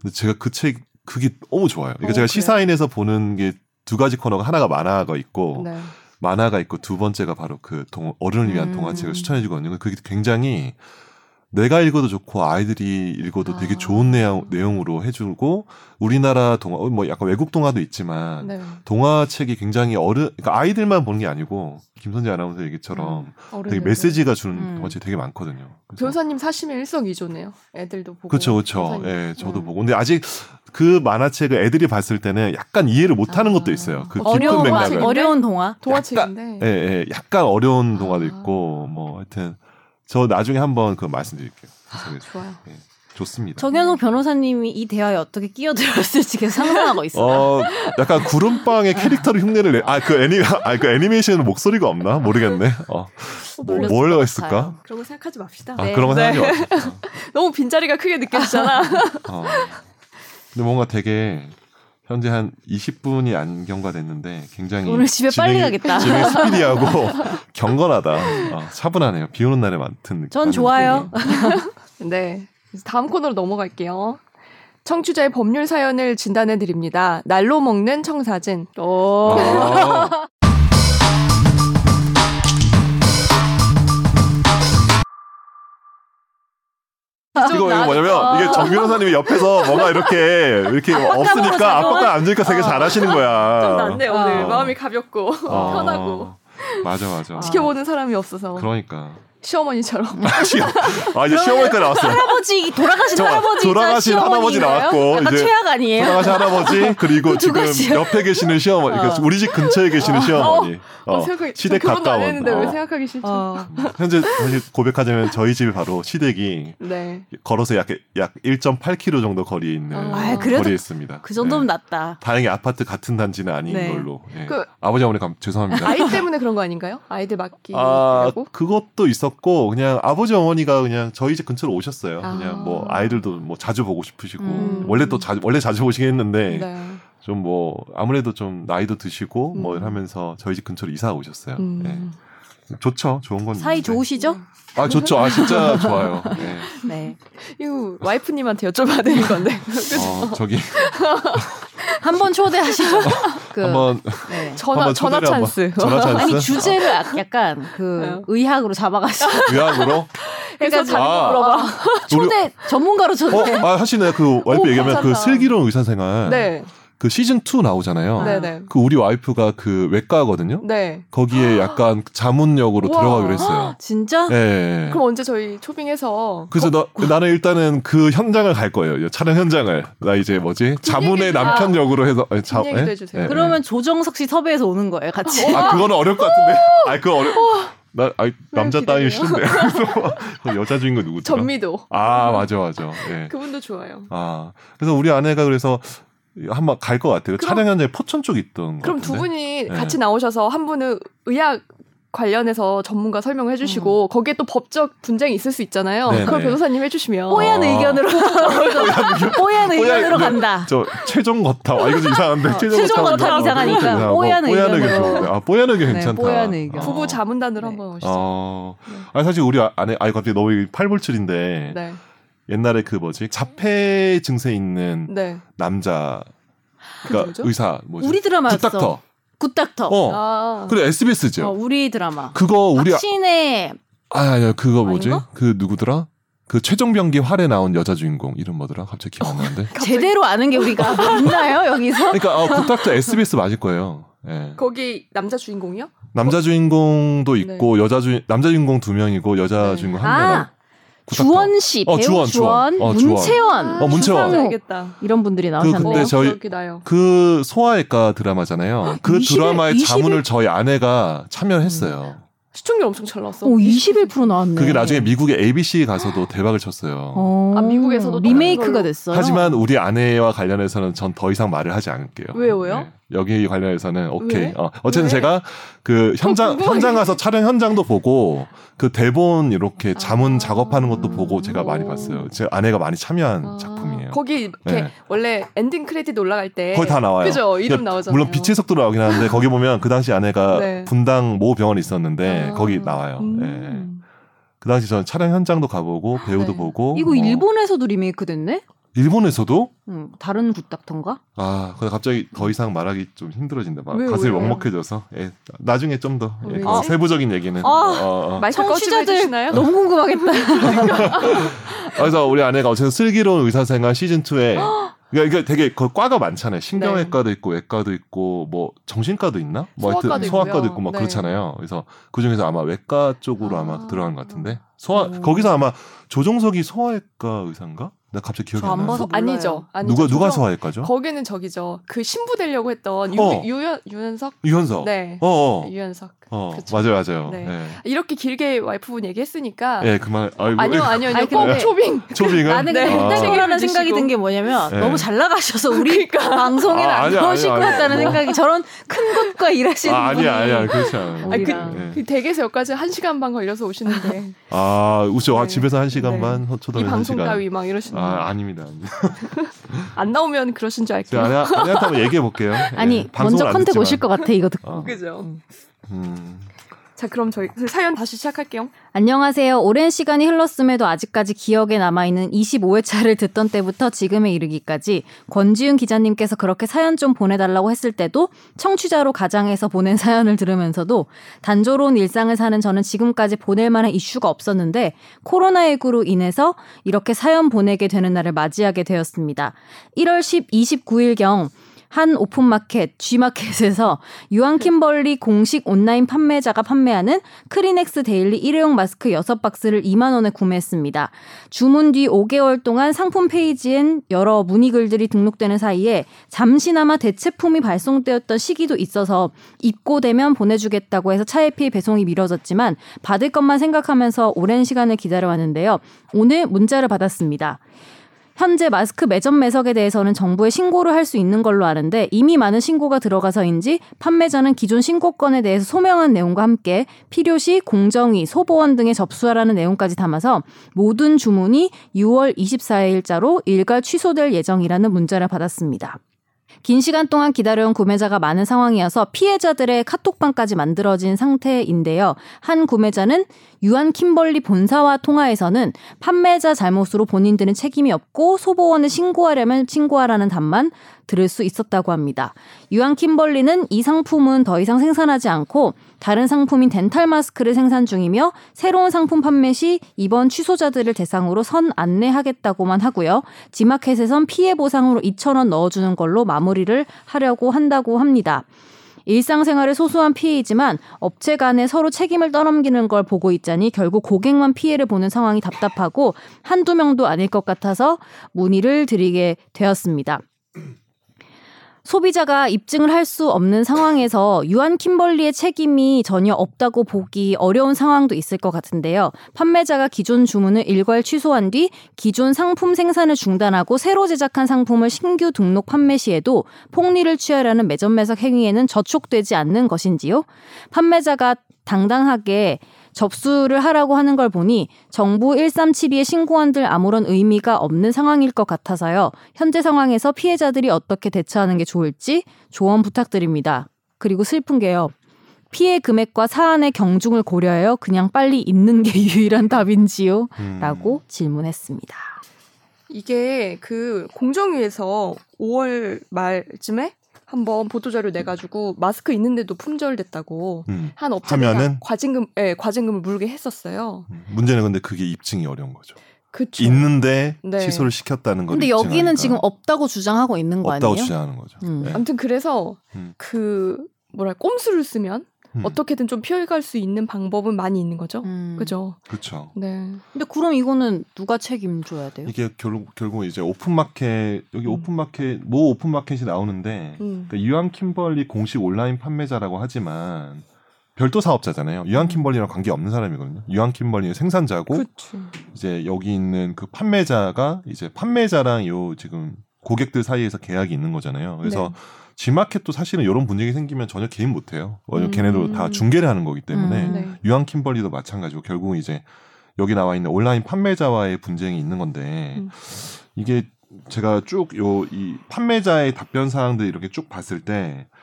C: 근데 제가 그 책 그게 너무 좋아요. 그러니까
A: 어,
C: 제가
A: 그래요?
C: 시사인에서 보는 게 두 가지 코너가 하나가 만화가 있고
A: 네.
C: 만화가 있고 두 번째가 바로 그 동, 어른을 위한
B: 음.
C: 동화책을 추천해주거든요. 그게 굉장히 내가 읽어도 좋고 아이들이 읽어도 되게
A: 아.
C: 좋은 내용, 내용으로 해주고 우리나라 동화 어, 뭐 약간 외국 동화도 있지만
A: 네.
C: 동화책이 굉장히 어른 그러니까 아이들만 보는 게 아니고 김선재 아나운서 얘기처럼 되게
A: 어른들.
C: 메시지가 주는
B: 음.
C: 동화책이 되게 많거든요. 그래서
A: 변호사님 사심이 일석이조네요. 애들도 보고.
C: 그렇죠, 그렇죠.
A: 변호사님.
C: 예, 저도
A: 음.
C: 보고. 근데 아직 그 만화책을 애들이 봤을 때는 약간 이해를 못하는
B: 아.
C: 것도 있어요. 그 깊은
B: 어려운
C: 맥락을.
B: 어려운 동화.
A: 동화책인데.
C: 예, 예, 약간 어려운 동화도
A: 아.
C: 있고 뭐 하여튼 저 나중에 한번 그 말씀드릴게요. 그래서
A: 좋아요.
C: 좋습니다.
A: 음.
B: 정현욱 변호사님이 이 대화에 어떻게 끼어들었을지 계속 상상하고 있어요.
C: 어, 약간 구름빵의 캐릭터를 흉내를 내. 아, 그 애니, 아, 그 애니메이션은 목소리가 없나 모르겠네. 어, 뭐,
B: 놀렸을
C: 뭘
B: 것
C: 했을까?
B: 같아요.
A: 그런 거 생각하지 맙시다.
C: 아,
B: 네.
C: 그런 건
A: 네.
C: 생각이 없어.
A: 너무 빈자리가 크게 느껴지잖아.
C: 어. 근데 뭔가 되게 현재 한 20분이 안 경과됐는데 굉장히
B: 오늘 집에 빨리 가겠다.
C: 집에 스피디하고 경건하다. 어, 차분하네요. 비 오는 날에 맡은 느낌.
B: 전 좋아요.
A: 네. 이제 다음 코너로 넘어갈게요. 청취자의 법률 사연을 진단해 드립니다. 날로 먹는 청사진. 오.
C: 아, 이거 이거 뭐냐면 이게 정 변호사님이 옆에서 뭔가 이렇게 이렇게 없으니까
B: 작업을-
C: 압박감 안 주니까 되게
B: 어.
C: 잘하시는 거야.
A: 좀 낫네 오늘
B: 어.
A: 마음이 가볍고
C: 어.
A: 편하고
C: 맞아 맞아.
A: 지켜보는 사람이 없어서
C: 그러니까.
A: 시어머니처럼
C: 아 이제 시어머니까 나왔어.
B: 할아버지 돌아가신
C: 저,
B: 할아버지
C: 돌아가신
B: 있잖아,
C: 할아버지
B: 시어머니인가요?
C: 나왔고,
B: 약간
C: 이제
B: 최악 아니에요?
C: 돌아가신 할아버지 그리고 지금
B: 가지요?
C: 옆에 계시는 시어머니 그러니까
B: 어.
C: 우리 집 근처에 계시는 시어머니
A: 어,
C: 어,
A: 생각하기
C: 시댁
A: 저 결혼도 안
C: 가까운
A: 했는데 왜
C: 어.
A: 생각하기 싫죠?
B: 어.
C: 현재 사실 고백하자면 저희 집이 바로 시댁이
A: 네.
C: 걸어서 약약 1.8km 정도 거리에 있는
A: 어.
B: 아, 그래도
C: 거리에 있습니다.
B: 그 정도면
C: 네.
B: 낫다.
C: 다행히 아파트 같은 단지는 아닌
B: 네.
C: 걸로. 예.
A: 그-
C: 아버지 어머니 감 죄송합니다.
A: 아이 때문에 그런 거 아닌가요? 아이들
B: 예,
C: 아,
A: 맡기려고?
C: 그것도 있었고 그냥 아버지 어머니가 그냥 저희 집 근처로 오셨어요.
A: 아.
C: 그냥 뭐 아이들도 뭐 자주 보고 싶으시고
B: 음.
C: 원래 또 자, 원래 자주 보시긴 했는데
A: 네.
C: 좀 뭐 아무래도 좀 나이도 드시고 뭐
A: 음.
C: 하면서 저희 집 근처로 이사 오셨어요.
A: 음.
C: 예. 좋죠. 좋은 건
B: 사이
C: 있는데.
B: 좋으시죠?
C: 아 좋죠. 아 진짜 좋아요. 예.
B: 네.
A: 이거 와이프님한테 여쭤봐야 되는 건데.
C: 어, 저기
B: 한번 초대하시죠. 그,
C: 한번
B: 네.
A: 전화
C: 한번
A: 전화
C: 초대를 한번.
A: 찬스.
C: 전화 찬스.
B: 아니 주제를 약- 약간
A: 네.
B: 그 의학으로 잡아가시고
C: 아, 의학으로
B: 그러니까
A: 다른
C: 거
B: 물어봐.
C: 아, 우리-
B: 초대 전문가로
C: 어,
B: 초대.
C: 아, 하시네. 그 와이프
A: 오,
C: 얘기하면 그
A: 괜찮다.
C: 슬기로운 의사생활.
A: 네.
C: 그 시즌 2 나오잖아요.
A: 네, 네.
C: 그 우리 와이프가 그 외과거든요.
A: 네.
C: 거기에 약간 자문역으로
A: 우와.
C: 들어가기로 했어요.
B: 진짜?
C: 예, 예.
A: 그럼 어? 언제 저희 초빙해서
C: 그래서 나, 나는 일단은 그 현장을 갈 거예요. 촬영 현장을. 나 이제 뭐지? 자문의
A: 얘기도-
C: 남편 역으로 해서 아니,
A: 뒷 얘기도
C: 예?
A: 해주세요.
C: 예, 예.
B: 그러면 조정석 씨 섭외해서 오는 거예요, 같이.
C: 아, 그거는 어려울 것 같은데. 아, 그거 어려. 나 아니, 남자
A: 기대돼요?
C: 따위 싫은데. 그래서 그 여자 주인공 누구죠?
A: 전미도
C: 아, 맞아, 맞아. 예.
A: 그분도 좋아요.
C: 아, 그래서 우리 아내가 그래서 한번 갈 것 같아요.
A: 그럼-
C: 촬영 현장에 포천 쪽 있던 것
A: 그럼 두
C: 같은데.
A: 분이
C: 네.
A: 같이 나오셔서 한 분은 의학 관련해서 전문가 설명을 해주시고 거기에 또 법적 분쟁이 있을 수 있잖아요.
C: 네,
A: 그럼
C: 네.
A: 변호사님 해주시면
B: 뽀얀
C: 아.
B: 의견으로 뽀얀 의견으로
C: 네.
B: 간다.
C: 저 최종 거탑 아 이거 좀 이상한데
B: 어, 최종 거탑
C: 어,
B: 이상하니까
C: 그것도 이상하고.
B: 뽀얀
C: 뽀얀 의견
B: 의견으로.
C: 좋은데. 아 뽀얀 의견
B: 네,
C: 괜찮다
B: 뽀얀 의견.
A: 부부 자문단으로
B: 네.
A: 한번 오시죠.
C: 어.
A: 네.
C: 아 사실 우리 아- 아내 아이 갑자기 너무 팔불출인데
A: 네,
C: 옛날에 그 뭐지 자폐 증세 있는
A: 네.
C: 남자
A: 그게
C: 그러니까
A: 뭐죠?
C: 의사 뭐지
B: 우리 드라마였어.
C: 굿닥터
B: 굿닥터.
C: 어
A: 아,
C: 그래 SBS죠
B: 어, 우리 드라마.
C: 그거 우리 아,
B: 박신혜
C: 아 아니야 그거 뭐지
B: 아닌가?
C: 그 누구더라 그 최정병기 활에 나온 여자 주인공 이름 뭐더라 갑자기 기억 안 나는데
A: 갑자기
B: 제대로 아는 게 우리가 있나요 여기서?
C: 그러니까 어, 굿닥터 SBS 맞을 거예요 예.
A: 거기 남자 주인공이요?
C: 남자 주인공도 있고 여자 주 남자 주인공 두 명이고 여자
A: 네.
C: 주인공 한 명.
B: 아 주원 씨
C: 어,
B: 배우
C: 주원,
B: 주원,
C: 주원. 어, 주원.
B: 문채원
C: 어, 문채원. 그
A: 뭔지
B: 주상욱,
A: 알겠다.
B: 이런 분들이
C: 근데
A: 어,
B: 나오셨네요.
C: 저희-
A: 기억이 나요.
C: 그 소아외과 드라마잖아요. 그
B: 20일
C: 드라마의
B: 20일
C: 자문을 저희 아내가 참여했어요.
A: 음. 시청률 엄청 잘 나왔어.
B: 오, 21% 나왔네.
C: 그게 나중에 미국의 ABC 가서도 대박을 쳤어요.
B: 어,
A: 아, 미국에서도
B: 리메이크가
A: 걸로.
B: 됐어요.
C: 하지만 우리 아내와 관련해서는 전 더 이상 말을 하지 않을게요. 네.
A: 왜요, 왜요?
C: 여기 관련해서는 오케이.
A: 왜?
C: 어, 어쨌든
A: 왜?
C: 제가 그 현장
A: 궁금해.
C: 현장 가서 촬영 현장도 보고 그 대본 이렇게 자문
A: 아.
C: 작업하는 것도 보고 제가 많이
A: 오.
C: 봤어요. 제 아내가 많이 참여한
A: 아,
C: 음, 작품이에요.
A: 거기 이렇게
C: 네.
A: 원래 엔딩 크레딧 올라갈 때
C: 거의 다 나와요.
A: 그죠? 이름 나오잖아요.
C: 물론 빛의 속도로 나오긴 하는데 거기 보면 그 당시 아내가
A: 네.
C: 분당 모 병원에 있었는데
A: 아.
C: 거기 나와요. 예.
A: 음.
C: 그 당시 저는 촬영 현장도 가보고 배우도
A: 네.
C: 보고
B: 이거
C: 뭐
B: 일본에서도 리메이크 됐네?
C: 일본에서도
B: 음, 다른 구닥턴가?
C: 아, 근데 갑자기 더 이상 말하기 좀 힘들어진다. 막
A: 왜,
C: 가슴이
A: 왜요? 아,
C: 먹먹해져서. 예, 나중에 좀 더. 예,
A: 왜지?
C: 그 세부적인 얘기는.
B: 아.
C: 어, 어.
A: 마이크 꺼주시나요?
B: 너무 궁금하겠다.
C: 그래서 우리 아내가 어쨌든 슬기로운 의사생활 시즌 2에 그러니까 이게 되게 그 과가
A: 네.
C: 많잖아요. 신경외과도 있고 외과도 있고 뭐 정신과도 있나? 뭐 하여튼
A: 소아과도
C: 소아과도
A: 있고요.
C: 있고 막
A: 네.
C: 그렇잖아요. 그래서 그 중에서 아마 외과 쪽으로 아.
A: 아.
C: 마 들어간 것 같은데 소아
B: 오.
C: 거기서 아마 조종석이 소아외과 의사인가? 나 갑자기 기억이
B: 저
C: 안
B: 안
C: 나.
B: 봐서
A: 어, 아니죠. 아니죠.
C: 누가 누가
A: 조정-
C: 소아외과죠?
A: 거기는 저기죠. 그 신부 되려고 했던
C: 어.
A: 유, 유, 유연석?
C: 유현석.
A: 네.
C: 어, 어,
A: 유연석.
C: 어.
A: 그쵸.
C: 맞아요, 맞아요.
A: 네.
C: 네.
A: 이렇게 길게 와이프분 얘기했으니까
C: 예, 그만. 아이고.
A: 아니요, 아니요, 아니요.
B: 아니,
A: 꼭
B: 근데-
A: 초빙.
C: 초빙은
B: 나는 근데
A: 네.
B: 못할
A: 아.
B: 거라는 생각이 든 게 뭐냐면
C: 네.
B: 너무 잘 나가셔서 우리 방송에는
C: 아,
B: 안
C: 아니야,
B: 나오실
C: 아니야,
B: 것
C: 아니야.
B: 같다는
C: 뭐.
B: 생각이 저런 큰 곳과 일하시는
C: 아,
B: 분이
C: 아니야, 아니야. 그렇지 않아요.
A: 아니, 그,
B: 우리랑.
C: 예.
A: 그 댁에서 여기까지 한 시간 반 걸려서 오시는데
C: 아, 우죠. 아,
A: 네.
C: 집에서 한 시간
A: 네.
C: 반,
A: 이
C: 초등학교 한
A: 방송
C: 시간.
A: 따위 막 이러시는
C: 아, 아닙니다. 아닙니다.
A: 안 나오면 그러신 줄
C: 제가
A: 알게요.
C: 아내, 아내한테 한번 얘기해 볼게요. 예,
B: 아니 먼저 컨택 오실 것 같아 이거 듣고.
C: 어.
A: 그죠.
C: 음.
A: 자, 그럼 저희 사연 다시 시작할게요.
B: 안녕하세요. 오랜 시간이 흘렀음에도 아직까지 기억에 남아있는 25회차를 듣던 때부터 지금에 이르기까지 권지윤 기자님께서 그렇게 사연 좀 보내달라고 했을 때도 청취자로 가장해서 보낸 사연을 들으면서도 단조로운 일상을 사는 저는 지금까지 보낼 만한 이슈가 없었는데 코로나19로 인해서 이렇게 사연 보내게 되는 날을 맞이하게 되었습니다. 1월 10, 29일경 한 오픈마켓, G마켓에서 유한 킴벌리 공식 온라인 판매자가 판매하는 크리넥스 데일리 일회용 마스크 6박스를 2만원에 구매했습니다. 주문 뒤 5개월 동안 상품 페이지엔 여러 문의글들이 등록되는 사이에 잠시나마 대체품이 발송되었던 시기도 있어서 입고 되면 보내주겠다고 해서 차에피 배송이 미뤄졌지만 받을 것만 생각하면서 오랜 시간을 기다려왔는데요. 오늘 문자를 받았습니다. 현재 마스크 매점 매석에 대해서는 정부에 신고를 할 수 있는 걸로 아는데 이미 많은 신고가 들어가서인지 판매자는 기존 신고건에 대해서 소명한 내용과 함께 필요시 공정위, 소보원 등에 접수하라는 내용까지 담아서 모든 주문이 6월 24일자로 일괄 취소될 예정이라는 문자를 받았습니다. 긴 시간 동안 기다려온 구매자가 많은 상황이어서 피해자들의 카톡방까지 만들어진 상태인데요. 한 구매자는 유한 킴벌리 본사와 통화에서는 판매자 잘못으로 본인들은 책임이 없고 소보원에 신고하려면 신고하라는 답만 들을 수 있었다고 합니다. 유한 킴벌리는 이 상품은 더 이상 생산하지 않고 다른 상품인 덴탈 마스크를 생산 중이며 새로운 상품 판매 시 이번 취소자들을 대상으로 선 안내하겠다고만 하고요. 지마켓에선 피해 보상으로 2,000원 넣어주는 걸로 마무리를 하려고 한다고 합니다. 일상생활의 소소한 피해이지만 업체 간에 서로 책임을 떠넘기는 걸 보고 있자니 결국 고객만 피해를 보는 상황이 답답하고 한두 명도 아닐 것 같아서 문의를 드리게 되었습니다. 소비자가 입증을 할 수 없는 상황에서 유한 킴벌리의 책임이 전혀 없다고 보기 어려운 상황도 있을 것 같은데요. 판매자가 기존 주문을 일괄 취소한 뒤 기존 상품 생산을 중단하고 새로 제작한 상품을 신규 등록 판매 시에도 폭리를 취하려는 매점 매석 행위에는 저촉되지 않는 것인지요? 판매자가 당당하게 접수를 하라고 하는 걸 보니 정부 1372에 신고한들 아무런 의미가 없는 상황일 것 같아서요. 현재 상황에서 피해자들이 어떻게 대처하는 게 좋을지 조언 부탁드립니다. 그리고 슬픈 게요. 피해 금액과 사안의 경중을 고려하여 그냥 빨리 있는 게 유일한 답인지요?
C: 음.
B: 라고 질문했습니다.
A: 이게 그 공정위에서 5월 말쯤에 한번 보도자료 내가지고 마스크 있는데도 품절됐다고
C: 음.
A: 한 업체가
C: 하면은?
A: 과징금, 예, 과징금을 물게 했었어요.
C: 음. 문제는 근데 그게 입증이 어려운 거죠.
A: 그쵸.
C: 있는데
A: 네.
C: 취소를 시켰다는 걸.
B: 근데
C: 입증하니까
B: 여기는 지금 없다고 주장하고 있는 거
C: 없다고
B: 아니에요?
C: 주장하는 거죠.
B: 음.
C: 예.
A: 아무튼 그래서
C: 음.
A: 그 뭐랄 꼼수를 쓰면
C: 음.
A: 어떻게든 좀 피해갈 수 있는 방법은 많이 있는 거죠.
B: 음.
A: 그죠?
C: 그렇죠.
A: 네.
B: 근데 그럼 이거는 누가 책임져야 돼요?
C: 이게 결국 결국 이제 오픈마켓 여기
B: 음.
C: 오픈마켓 모 오픈마켓이 나오는데
A: 음.
C: 그러니까 유한 킴벌리 공식 온라인 판매자라고 하지만 별도 사업자잖아요. 유한 킴벌리랑 관계 없는 사람이거든요. 유한 킴벌리는 생산자고
A: 그렇죠.
C: 이제 여기 있는 그 판매자가 이제 판매자랑 요 지금 고객들 사이에서 계약이 있는
A: 네.
C: 거잖아요. 그래서 지마켓도 사실은 이런 분쟁이 생기면 전혀 개입 못 해요. 어,
A: 음.
C: 걔네도 다 중개를 하는 거기 때문에
B: 음.
A: 네.
C: 유한 킴벌리도 마찬가지고 결국은 이제 여기 나와 있는 온라인 판매자와의 분쟁이 있는 건데
A: 음.
C: 이게 제가 쭉 요 이 판매자의 답변 사항들 이렇게 쭉 봤을 때
A: 음.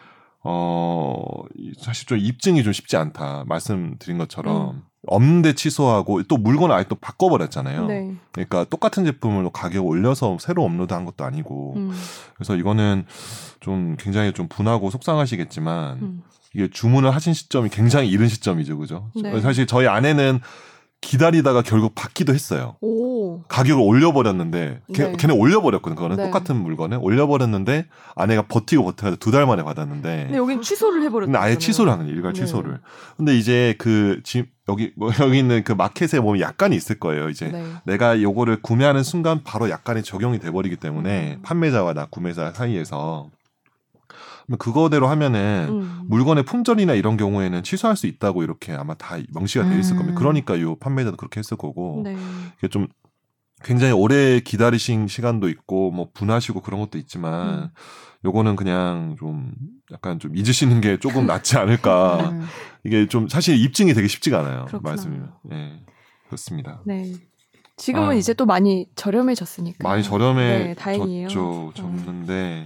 C: 어, 이 사실 좀 입증이 좀 쉽지 않다. 말씀드린 것처럼. 없는데 취소하고 또 물건을 아예 또 바꿔버렸잖아요.
A: 네.
C: 그러니까 똑같은 제품을 가격 올려서 새로 업로드한 것도 아니고
A: 음,
C: 그래서 이거는 좀 굉장히 좀 분하고 속상하시겠지만
A: 음.
C: 이게 주문을 하신 시점이 굉장히 이른 시점이죠, 그죠?
A: 네.
C: 사실 저희 아내는 기다리다가 결국 받기도 했어요.
A: 오.
C: 가격을 올려버렸는데 걔,
A: 네.
C: 걔네 올려버렸거든 그거는
A: 네.
C: 똑같은 물건을 올려버렸는데 아내가 버티고 버텨서 두 달 만에 받았는데
A: 근데 여긴 취소를 해버렸어요.
C: 네. 근데 아예 취소를 하는 거예요, 일괄
A: 네.
C: 취소를 근데 이제 그 지, 여기 뭐 여기 있는 그 마켓에 보면 약간이 있을 거예요 이제
A: 네.
C: 내가 요거를 구매하는 순간 바로 약간의 적용이 돼버리기 때문에
A: 음.
C: 판매자와 나 구매자 사이에서 그럼 그거대로 하면은
A: 음.
C: 물건의 품절이나 이런 경우에는 취소할 수 있다고 이렇게 아마 다 명시가 돼 있을
B: 음.
C: 겁니다. 그러니까 요 판매자도 그렇게 했을 거고
A: 네.
C: 이게 좀 굉장히 오래 기다리신 시간도 있고 뭐 분하시고 그런 것도 있지만
A: 음.
C: 요거는 그냥 좀 약간 좀 잊으시는 게 조금 낫지 않을까
B: 음.
C: 이게 좀 사실 입증이 되게 쉽지가 않아요
A: 네. 그렇구나.
C: 말씀이면 예 그렇습니다
A: 네. 지금은
C: 아.
A: 이제 또 많이 저렴해졌으니까.
C: 많이
A: 네, 다행이에요.
C: 저렴해졌죠 졌는데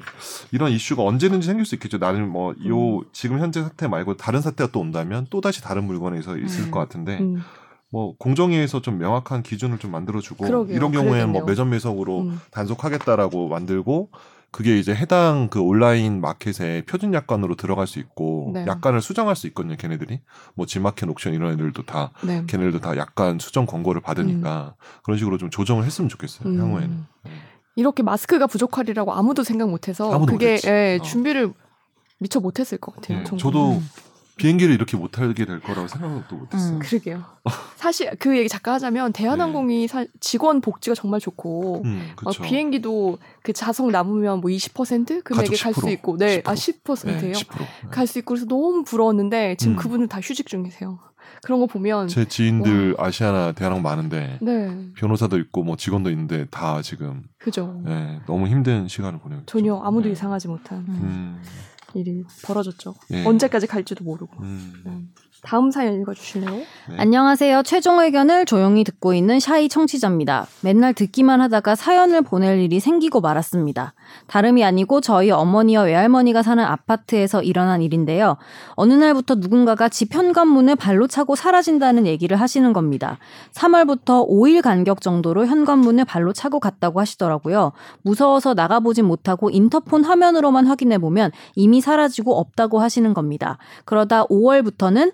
C: 이런 이슈가 언제든지 생길 수 있겠죠 나는 뭐
A: 음.
C: 요 지금 현재 사태 말고 다른 사태가 또 온다면 또 다시 다른 물건에서 있을
B: 음.
C: 것 같은데
A: 음,
C: 뭐 공정위에서 좀 명확한 기준을 좀 만들어주고
A: 그러게요.
C: 이런 경우에는
A: 그러겠네요.
C: 뭐 매점 매석으로
A: 음.
C: 단속하겠다라고 만들고 그게 이제 해당 그 온라인 마켓에 표준 약관으로 들어갈 수 있고
A: 네.
C: 약관을 수정할 수 있거든요 걔네들이 뭐 지마켓 옥션 이런 애들도 다
A: 네.
C: 걔네들도 다 약관 수정 권고를 받으니까 그런 식으로 좀 조정을 했으면 좋겠어요
A: 음.
C: 그 향후에는
A: 이렇게 마스크가 부족하리라고 아무도 생각 못해서
C: 아무도
A: 그게
C: 못했지.
A: 예,
C: 어.
A: 준비를 미처 못했을 것 같아요.
C: 예,
A: 정말.
C: 저도
B: 음.
C: 비행기를 이렇게 못 타게 될 거라고 생각도 못했어요
B: 음.
A: 그러게요. 사실 그 얘기 잠깐 하자면 대한항공이 사- 직원 복지가 정말 좋고
C: 네. 음,
A: 막
C: 그쵸.
A: 비행기도 그 좌석 남으면 뭐 20% 금액에
C: 가족
A: 갈 수
C: 10%.
A: 있고 네, 아
C: 네,
A: 10%예요.
C: 10%.
A: 갈 수 있고 그래서 너무 부러웠는데 지금
C: 음.
A: 그분은 다 휴직 중이세요. 그런 거 보면
C: 제 지인들 아시아나 대한항공 많은데
A: 음. 네,
C: 변호사도 있고 뭐 직원도 있는데 다 지금
A: 그죠.
C: 예, 너무 힘든 시간을 보내고 있죠.
A: 전혀 아무도
C: 예.
A: 이상하지 못한
B: 음.
C: 음,
A: 일이 벌어졌죠.
C: 예.
A: 언제까지 갈지도 모르고.
C: 음,
A: 다음 사연 읽어주실래요?
C: 네.
B: 안녕하세요. 최종 의견을 조용히 듣고 있는 샤이 청취자입니다. 맨날 듣기만 하다가 사연을 보낼 일이 생기고 말았습니다. 다름이 아니고 저희 어머니와 외할머니가 사는 아파트에서 일어난 일인데요. 어느 날부터 누군가가 집 현관문을 발로 차고 사라진다는 얘기를 하시는 겁니다. 3월부터 5일 간격 정도로 현관문을 발로 차고 갔다고 하시더라고요. 무서워서 나가보진 못하고 인터폰 화면으로만 확인해보면 이미 사라지고 없다고 하시는 겁니다. 그러다 5월부터는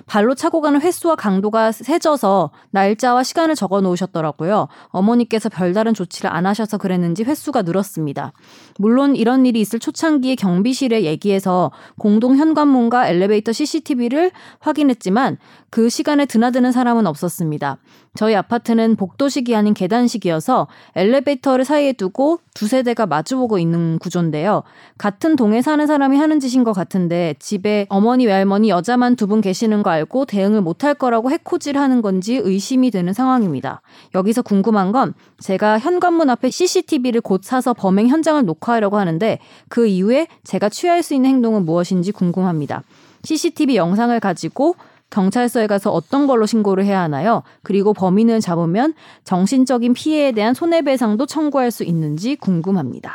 B: 발로 차고 가는 횟수와 강도가 세져서 날짜와 시간을 적어 놓으셨더라고요. 어머니께서 별다른 조치를 안 하셔서 그랬는지 횟수가 늘었습니다. 물론 이런 일이 있을 초창기에 경비실에 얘기해서 공동 현관문과 엘리베이터 CCTV를 확인했지만 그 시간에 드나드는 사람은 없었습니다. 저희 아파트는 복도식이 아닌 계단식이어서 엘리베이터를 사이에 두고 두 세대가 마주보고 있는 구조인데요. 같은 동에 사는 사람이 하는 짓인 것 같은데 집에 어머니 외할머니 여자만 두 분 계시는 거 알고 대응을 못할 거라고 해코질하는 건지 의심이 되는 상황입니다. 여기서 궁금한 건 제가 현관문 앞에 CCTV를 곧 사서 범행 현장을 녹화하려고 하는데 그 이후에 제가 취할 수 있는 행동은 무엇인지 궁금합니다. CCTV 영상을 가지고 경찰서에 가서 어떤 걸로 신고를 해야 하나요? 그리고 범인을 잡으면 정신적인 피해에 대한 손해배상도 청구할 수 있는지 궁금합니다.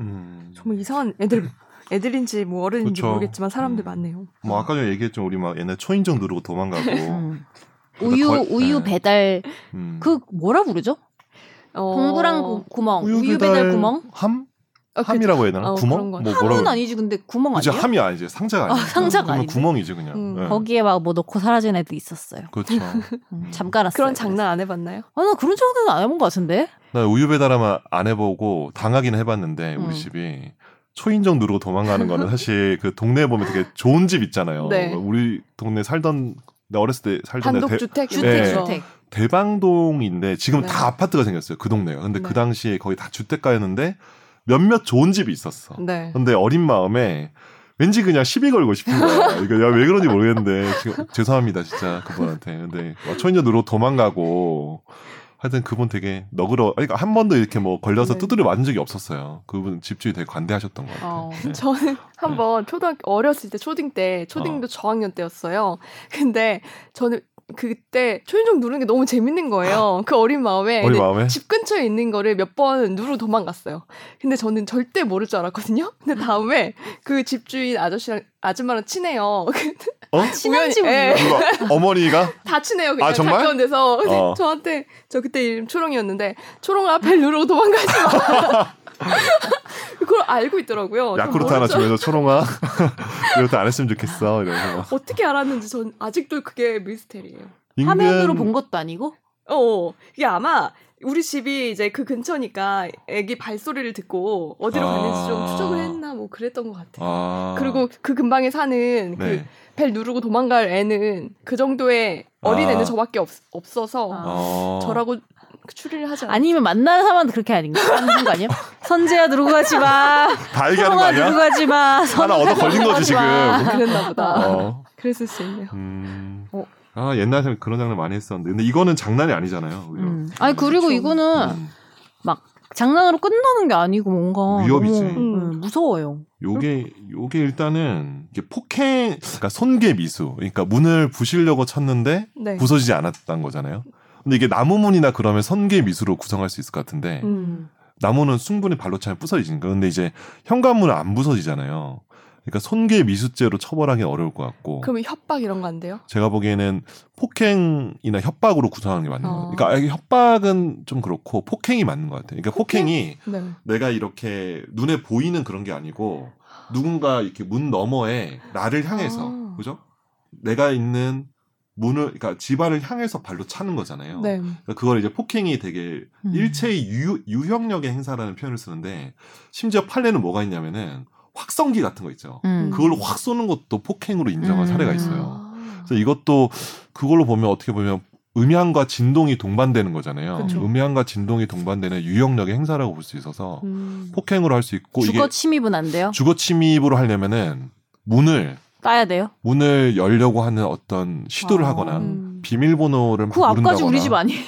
C: 음.
A: 정말 이상한 애들 애들인지 뭐 어른인지
C: 그쵸.
A: 모르겠지만 사람들
C: 음.
A: 많네요.
C: 뭐 아까 전에 얘기했죠 우리 막 옛날 초인종 누르고 도망가고
B: 음. 우유
C: 어. 거의-
B: 우유
C: 네.
B: 배달
C: 음.
B: 그 뭐라 부르죠?
A: 어,
B: 동그란 구- 구멍 우유, 배달, 구멍
C: 함
A: 어, 그-
C: 함이라고 해야 되나
A: 어,
C: 구멍
A: 그런 거.
C: 뭐
B: 함은
C: 뭐라고
B: 아니지 근데 구멍
C: 이제
B: 아니에요?
C: 함이 아니지 상자가 아니야
B: 상자가
C: 그러면
B: 아니지.
C: 구멍이지 그냥
A: 음.
C: 예.
B: 거기에 막 뭐 넣고 사라진 애도 있었어요.
C: 그렇죠
B: 음, 잠가놨어요.
A: 그런 장난 안 해봤나요?
B: 아나 그런 장난 안 해본 것 같은데.
C: 나 우유 배달 아마 안 해보고 당하긴 해봤는데 우리
B: 음.
C: 집이 초인종 누르고 도망가는 거는 사실 그 동네에 보면 되게 좋은 집 있잖아요
A: 네.
C: 우리 동네 살던 나 어렸을 때 살던 데
A: 단독주택
B: 주택
C: 네.
B: 주택.
C: 대방동인데 지금
A: 네.
C: 다 아파트가 생겼어요 그 동네가 근데
A: 네.
C: 그 당시에 거의 다 주택가였는데 몇몇 좋은 집이 있었어
A: 네.
C: 근데 어린 마음에 왠지 그냥 시비 걸고 싶은 거야 이거 내가 왜 그런지 모르겠는데 지금 죄송합니다 진짜 그분한테 근데 어, 초인전으로 도망가고 하여튼 그분 되게 너그러 그러니까 한 번도 이렇게 뭐 걸려서
A: 네.
C: 두드려 맞은 적이 없었어요 그분 집주인 되게 관대하셨던 것 같아요
A: 어,
C: 네.
A: 저는 한번 초등학교 어렸을 때 초딩 때
C: 아.
A: 초딩도 저학년 때였어요. 근데 저는 그때 초인종 누르는 게 너무 재밌는 거예요. 그 어린 마음에
C: 아. 어린
E: 네.
C: 마음에
A: 집 근처에 있는 거를 몇 번 누르고 도망갔어요. 근데 저는 절대 모를 줄 알았거든요. 근데 다음에 그 집주인 아저씨랑 아줌마랑 친해요.
E: 어?
B: 친한지
A: 우연히-
B: 몰라.
A: 예.
E: 누가? 어머니가?
A: 다 친해요. 그냥
E: 아, 정말?
A: 가까운 데서
E: 어.
A: 저한테 저 그때 이름 초롱이었는데 초롱 앞에 누르고 도망가지 마. 그걸 알고 있더라고요. 전
E: 야쿠르트 하나
A: 모르죠.
E: 주면서 초롱아 이것도 안 했으면 좋겠어 이러면서
A: 어떻게 알았는지 전 아직도 그게 미스테리예요.
B: 화면으로
E: 인근-
B: 본 것도 아니고
A: 어, 어, 이게 아마 우리 집이 이제 그 근처니까 애기 발소리를 듣고 어디로
C: 아.
A: 갔는지 좀 추적을 했나 뭐 그랬던 것 같아요.
C: 아.
A: 그리고 그 근방에 사는
C: 네.
A: 그 벨 누르고 도망갈 애는 그 정도의 어린
C: 아.
A: 애는 저밖에 없, 없어서
B: 아.
C: 어.
A: 저라고 추리를 하지 않아요.
B: 아니면 만나는 사람한테 그렇게 아닌가? 하는 거 아니야? 선재야 누르고 가지 마.
E: 다 얘기하는 거
B: 성아
E: 아니야?
B: 누르고 가지 마.
E: 하나 얻어 걸린 거지 지금.
A: 아, 그랬나 보다.
C: 아.
E: 어.
A: 그랬을 수 있네요.
C: 음.
B: 어.
C: 아 옛날에는 그런 장난 많이 했었는데 근데 이거는 장난이 아니잖아요. 오히려.
B: 음. 아니 그리고
A: 그렇죠.
B: 이거는
C: 음.
B: 장난으로 끝나는 게 아니고 뭔가
C: 위협이지.
B: 너무, 음, 무서워요.
C: 요게 요게 일단은 이게 폭행 그러니까 손괴 미수 그러니까 문을 부시려고 쳤는데
A: 네.
C: 부서지지 않았다는 거잖아요. 근데 이게 나무 문이나 그러면 손괴 미수로 구성할 수 있을 것 같은데
A: 음.
C: 나무는 충분히 발로 차면 부서지니까 근데 이제 현관문은 안 부서지잖아요. 그러니까 손괴 미수죄로 처벌하기 어려울 것 같고
A: 그러면 협박 이런 거 안 돼요?
C: 제가 보기에는 폭행이나 협박으로 구성하는 게 맞는
A: 어.
C: 거예요. 그러니까 아예 협박은 좀 그렇고 폭행이 맞는 것 같아요. 그러니까
A: 폭행?
C: 폭행이
A: 네.
C: 내가 이렇게 눈에 보이는 그런 게 아니고 누군가 이렇게 문 너머에 나를 향해서
A: 아.
C: 그죠? 내가 있는 문을 그러니까 집안을 향해서 발로 차는 거잖아요.
A: 네.
C: 그러니까 그걸 이제 폭행이 되게
B: 음.
C: 일체의 유, 유형력의 행사라는 표현을 쓰는데 심지어 판례는 뭐가 있냐면은 확성기 같은 거 있죠.
B: 음.
C: 그걸로 확 쏘는 것도 폭행으로 인정한
B: 음.
C: 사례가 있어요.
A: 아.
C: 그래서 이것도 그걸로 보면 어떻게 보면 음향과 진동이 동반되는 거잖아요.
A: 그쵸.
C: 음향과 진동이 동반되는 유형력의 행사라고 볼 수 있어서
A: 음.
C: 폭행으로 할 수 있고
B: 주거
C: 이게
B: 침입은 안 돼요?
C: 주거 침입으로 하려면은 문을
B: 따야 돼요?
C: 문을 열려고 하는 어떤 시도를
B: 아,
C: 하거나
A: 음.
C: 비밀번호를 막
B: 그 앞까지
C: 누른다거나
B: 우리 집 아니에요?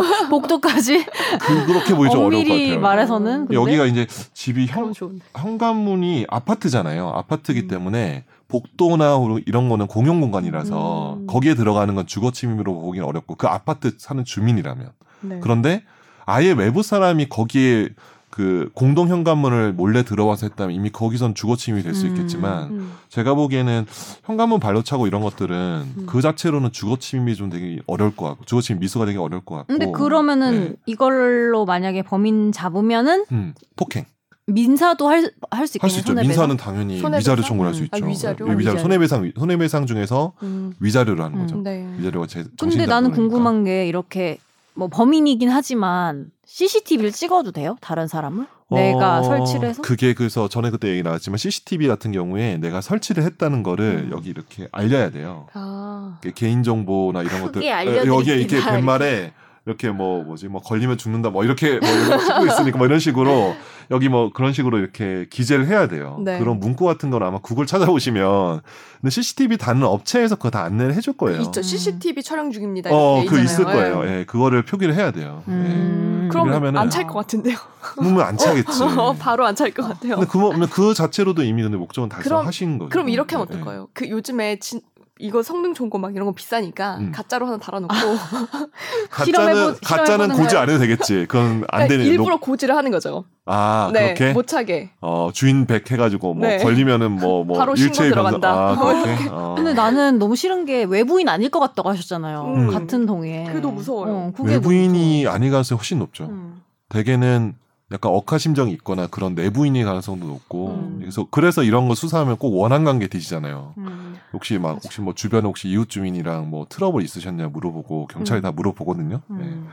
B: 복도까지?
C: 그, 그렇게 보기 좀 어려울 것
B: 엄밀히
C: 같아요.
B: 말해서는 근데
C: 여기가 이제 집이
A: 그럼
C: 현,
A: 좋은데.
C: 현관문이 아파트잖아요. 아파트이기
A: 음.
C: 때문에 복도나 뭐 이런 거는 공용 공간이라서
A: 음.
C: 거기에 들어가는 건 주거 침입으로 보기는 어렵고 그 아파트 사는 주민이라면
A: 네.
C: 그런데 아예 외부 사람이 거기에 그 공동 현관문을 몰래 들어와서 했다면 이미 거기선 주거 침입이 될 수
B: 음.
C: 있겠지만
A: 음.
C: 제가 보기에는 현관문 발로 차고 이런 것들은
A: 음.
C: 그 자체로는 주거 침입이 좀 되게 어려울 것 같고 주거 침입 미수가 되게 어려울 것 같고
B: 근데 그러면은
C: 네.
B: 이걸로 만약에 범인 잡으면은
C: 음, 폭행
B: 민사도 할 할 수
C: 할
B: 있겠네요.
C: 수 있죠.
B: 손해배상?
C: 민사는 당연히
A: 손해배상?
C: 위자료 청구를 할 수
B: 음.
C: 있죠.
A: 아, 위자료?
C: 예, 위자료
B: 위자료.
C: 손해배상 손해배상 중에서
A: 음.
C: 위자료를 하는 거죠.
B: 음.
A: 네.
C: 위자료가 제
B: 근데 나는 궁금한 게 이렇게 뭐 범인이긴 하지만 CCTV를 찍어도 돼요? 다른 사람을? 내가 설치를 해서?
C: 어, 그게 그래서 전에 그때 얘기 나왔지만 CCTV 같은 경우에 내가 설치를 했다는 거를
B: 음.
C: 여기 이렇게 알려야 돼요.
A: 아.
C: 그 개인 정보나 이런 것들
B: 크게
C: 에, 여기에 이렇게
B: 알려드리기나
C: 뱃말에 이렇게 뭐 뭐지 뭐 걸리면 죽는다 뭐 이렇게 뭐 이런 거 쓰고 있으니까 뭐 이런 식으로 여기 뭐 그런 식으로 이렇게 기재를 해야 돼요.
A: 네.
C: 그런 문구 같은 건 아마 구글 찾아보시면 근데 CCTV 다는 업체에서 그거 다 안내를 해줄 거예요.
A: 있죠. CCTV 촬영 중입니다.
C: 어,
A: 이렇게
C: 그 있을
A: 있잖아요.
C: 거예요.
A: 예.
C: 예, 그거를 표기를 해야 돼요. 예.
B: 음.
A: 그러면
C: 하면은-
A: 안 찰 것 같은데요.
C: 그러면 안 차겠지.
A: 어, 바로 안 찰 것 같아요.
C: 근데 그, 뭐- 근데 그 자체로도 이미 근데 목적은
A: 그럼-
C: 달성하신 거죠.
A: 그럼 이렇게 하면
C: 예, 예.
A: 어떨까요? 그 요즘에 진, 이거 성능 좋은 거 막 이런 거 비싸니까
C: 음.
A: 가짜로 하나 달아놓고
C: 가짜는
B: 실험해보-
C: 가짜는
B: 실험해보는
C: 고지
B: 거예요.
C: 안 해도 되겠지. 그건 안 되는
A: 그러니까 일부러 고지를 하는 거죠.
C: 아
A: 네,
C: 그렇게
A: 못 차게.
C: 어, 주인 백 해가지고 뭐
A: 네.
C: 걸리면은 뭐, 뭐
A: 바로 신고
C: 일체 변
A: 들어간다.
C: 아, 그렇게? 어.
B: 근데 나는 너무 싫은 게 외부인 아닐 것 같다고 하셨잖아요.
A: 음.
B: 같은 동에.
A: 그게 뭐 더 무서워요.
B: 어, 그게
C: 외부인이 아닐 가능성이 훨씬 높죠.
B: 너무 무서워요. 음.
C: 대개는 약간 억하 심정이 있거나 그런 내부인일 가능성도 높고
B: 음.
C: 그래서 그래서 이런 거 수사하면 꼭 원한 관계 뒤지잖아요.
B: 음.
C: 혹시 막
A: 그렇죠.
C: 혹시 뭐 주변에 혹시 이웃 주민이랑 뭐 트러블 있으셨냐 물어보고 경찰이
B: 음.
C: 다 물어보거든요. 네.
B: 음.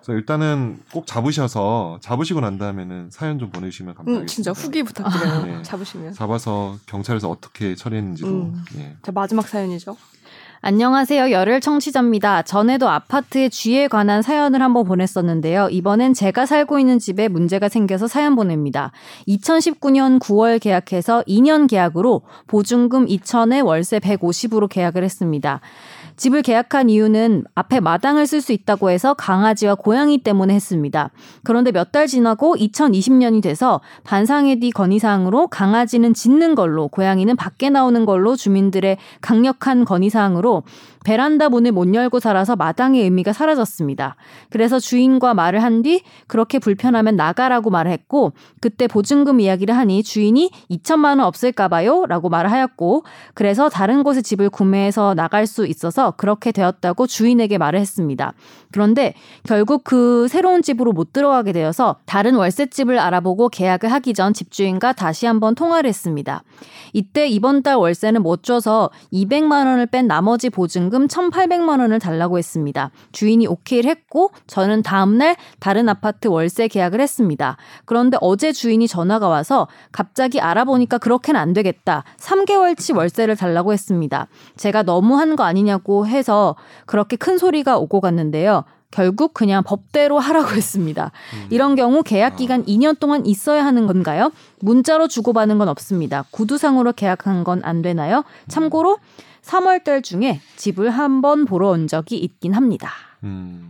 C: 그래서 일단은 꼭 잡으셔서 잡으시고 난 다음에는 사연 좀 보내주시면 감사하겠습니다.
A: 음, 진짜 후기 부탁드려요.
C: 네.
A: 잡으시면.
C: 잡아서 경찰에서 어떻게 처리했는지도
A: 음.
C: 예.
A: 자 마지막 사연이죠.
C: 어?
B: 안녕하세요. 열혈 청취자입니다. 전에도 아파트의 쥐에 관한 사연을 한번 보냈었는데요. 이번엔 제가 살고 있는 집에 문제가 생겨서 사연 보냅니다. 2019년 9월 계약해서 2년 계약으로 보증금 2천에 월세 150으로 계약을 했습니다. 집을 계약한 이유는 앞에 마당을 쓸 수 있다고 해서 강아지와 고양이 때문에 했습니다. 그런데 몇 달 지나고 2020년이 돼서 반상회디 건의사항으로 강아지는 짖는 걸로 고양이는 밖에 나오는 걸로 주민들의 강력한 건의사항으로 베란다 문을 못 열고 살아서 마당의 의미가 사라졌습니다. 그래서 주인과 말을 한 뒤 그렇게 불편하면 나가라고 말을 했고 그때 보증금 이야기를 하니 주인이 2천만 원 없을까 봐요 라고 말을 하였고 그래서 다른 곳에 집을 구매해서 나갈 수 있어서 그렇게 되었다고 주인에게 말을 했습니다. 그런데 결국 그 새로운 집으로 못 들어가게 되어서 다른 월세집을 알아보고 계약을 하기 전 집주인과 다시 한번 통화를 했습니다. 이때 이번 달 월세는 못 줘서 200만 원을 뺀 나머지 보증금 1,800만 원을 달라고 했습니다. 주인이 오케이를 했고 저는 다음 날 다른 아파트 월세 계약을 했습니다. 그런데 어제 주인이 전화가 와서 갑자기 알아보니까 그렇게는 안 되겠다. 3개월치 월세를 달라고 했습니다. 제가 너무한 거 아니냐고 해서 그렇게 큰 소리가 오고 갔는데요. 결국 그냥 법대로 하라고 했습니다.
C: 음.
B: 이런 경우
C: 아.
B: 계약 기간 2년 동안 있어야 하는 건가요? 문자로 주고받은 건 없습니다. 구두상으로 계약한 건 안 되나요? 참고로 3월달 중에 집을 한번 보러 온 적이 있긴 합니다.
C: 음.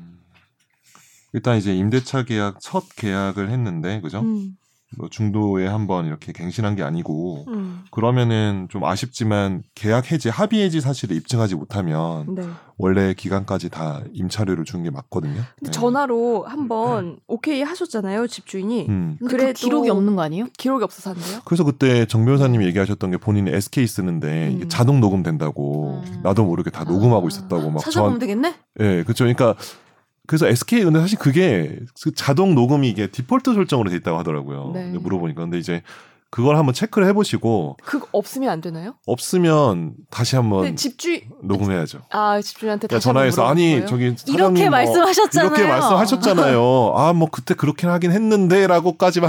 C: 일단 이제 임대차 계약 첫 계약을 했는데 그죠?
A: 음,
C: 뭐 중도에 한번 이렇게 갱신한 게 아니고
A: 음,
C: 그러면은 좀 아쉽지만 계약 해지 합의 해지 사실을 입증하지 못하면
A: 네.
C: 원래 기간까지 다 임차료를 준 게 맞거든요.
A: 근데
C: 네.
A: 전화로 한번 오케이 하셨잖아요 집주인이
C: 음.
A: 그래도-
B: 기록이 없는 거 아니에요?
A: 기록이 없어서 안 돼요?
C: 그래서 그때 정 변호사님이 얘기하셨던 게 본인이 SK 쓰는데 이게
A: 음.
C: 자동 녹음된다고
B: 음.
C: 나도 모르게 다 녹음하고
B: 아.
C: 있었다고 막
B: 찾아보면
C: 저한
B: 되겠네?
C: 예 그렇죠. 그러니까 그래서 SK 근데 사실 그게 그 자동 녹음이 이게 디폴트 설정으로 돼 있다고 하더라고요.
A: 네.
C: 근데 물어보니까 근데 이제 그걸 한번 체크를 해보시고
A: 그거 없으면 안 되나요?
C: 없으면 다시
A: 근데
C: 한번
A: 집주인
C: 녹음해야죠.
A: 아 집주인한테
C: 야,
A: 네, 다시 한번
C: 전화해서
A: 물어보는
C: 아니
A: 거예요?
C: 저기 사장님,
B: 이렇게
C: 어,
B: 말씀하셨잖아요.
C: 이렇게 말씀하셨잖아요. 아 뭐 그때 그렇게 하긴 했는데라고까지만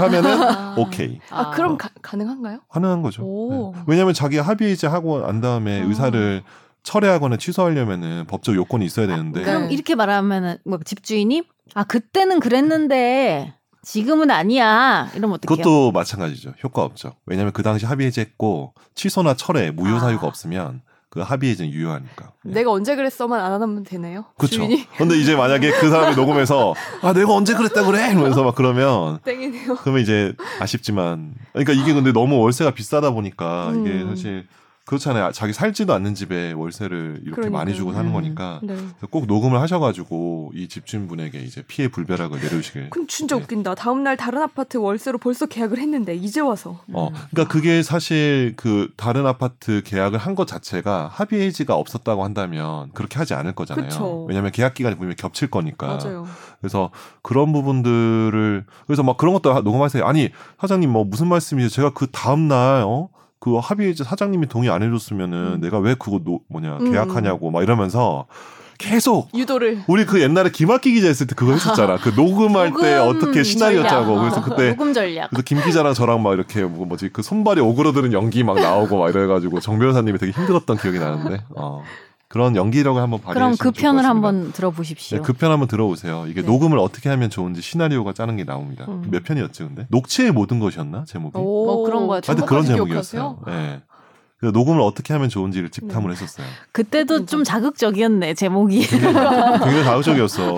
C: 하면은
B: 아.
C: 오케이
A: 아, 그럼 가, 가능한가요?
C: 가능한 거죠. 네.
A: 오.
C: 왜냐하면 자기가 합의이제 하고 난 다음에
B: 아.
C: 의사를 철회하거나 취소하려면은 법적 요건이 있어야 되는데
A: 네.
B: 그럼 이렇게 말하면은 뭐 집주인이 아 그때는 그랬는데 지금은 아니야 이러면 어떡해요?
C: 그것도 마찬가지죠. 효과 없죠. 왜냐하면 그 당시 합의해제했고 취소나 철회 무효
B: 아.
C: 사유가 없으면 그 합의해제는 유효하니까. 예.
A: 내가 언제 그랬어만 안 하면 되네요.
C: 그렇죠.
A: 주인이
C: 근데 이제 만약에 그 사람이 녹음해서 아 내가 언제 그랬다 그래 이러면서 막 그러면
A: 땡이네요.
C: 그러면 이제 아쉽지만 그러니까 이게 근데 너무 월세가 비싸다 보니까 이게
A: 음.
C: 사실 그렇잖아요. 자기 살지도 않는 집에 월세를 이렇게 많이
A: 그러니까요.
C: 주고 사는
B: 음.
C: 거니까
A: 네.
C: 그래서 꼭 녹음을 하셔가지고 이 집주인분에게 이제 피해 불벼락을 내려주시길.
A: 그럼 진짜
C: 네.
A: 웃긴다. 다음 날 다른 아파트 월세로 벌써 계약을 했는데 이제 와서.
B: 음.
C: 어, 그러니까 그게 사실 그 다른 아파트 계약을 한 것 자체가 합의 해지가 없었다고 한다면 그렇게 하지 않을 거잖아요.
A: 그쵸.
C: 왜냐하면 계약 기간이 분명히 겹칠 거니까.
A: 맞아요.
C: 그래서 그런 부분들을 그래서 막 그런 것도 녹음하세요. 아니 사장님 뭐 무슨 말씀이세요? 제가 그 다음 날 어. 그 합의해지 사장님이 동의 안 해줬으면은
A: 음.
C: 내가 왜 그거 노, 뭐냐
A: 음.
C: 계약하냐고 막 이러면서 계속
A: 유도를
C: 우리 그 옛날에 김학기 기자 했을 때 그거 했었잖아. 그 녹음할 때
B: 녹음
C: 어떻게 시나리오
B: 전략.
C: 짜고 그래서 그때
B: 녹음 전략
C: 그래서 김 기자랑 저랑 막 이렇게 뭐 뭐지 그 손발이 오그러드는 연기 막 나오고 막 이래가지고 정 변호사님이 되게 힘들었던 기억이 나는데 어. 그런 연기력을 한번 네. 발휘해
B: 그럼 그
C: 주시면 좋을 것
B: 편을
C: 같습니다.
B: 한번 들어보십시오.
C: 네, 그편 한번 들어보세요. 이게
B: 네.
C: 녹음을 어떻게 하면 좋은지 시나리오가 짜는 게 나옵니다.
A: 음.
C: 몇 편이었지 근데 녹취의 모든 것이었나 제목이?
A: 오,
B: 뭐 그런 거야.
C: 하여튼 그런
A: 제목까지
C: 제목이었어요. 예. 그래서 녹음을 어떻게 하면 좋은지를 집탐을 했었어요.
B: 때도좀 자극적이었네 제목이.
C: 굉장히 자극적이었어.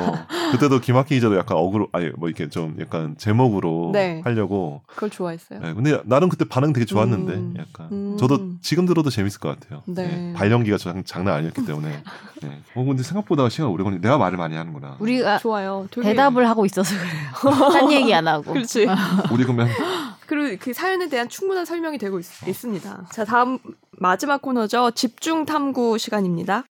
C: 그때도 김학기 기자도 약간 억울로 아니 뭐 이렇게 좀 약간 제목으로
A: 네.
C: 하려고
A: 그걸 좋아했어요.
C: 예, 근데 나름 그때 반응 되게 좋았는데
A: 음.
C: 약간
A: 음.
C: 저도 지금 들어도 재밌을 것 같아요.
A: 네.
C: 예, 발연기가 장, 장난 아니었기 때문에. 예. 어 근데 생각보다 시간 오래 걸리. 내가 말을 많이 하는구나. 우리,
B: 우리가
A: 좋아요. 되게-
B: 대답을 하고 있어서 그래요. 딴 얘기 안 하고.
A: 그렇지.
C: 그러면
A: 그리고 그 사연에 대한 충분한 설명이 되고 있, 습니다자 다음 마지막 코너죠. 집중 탐구 시간입니다.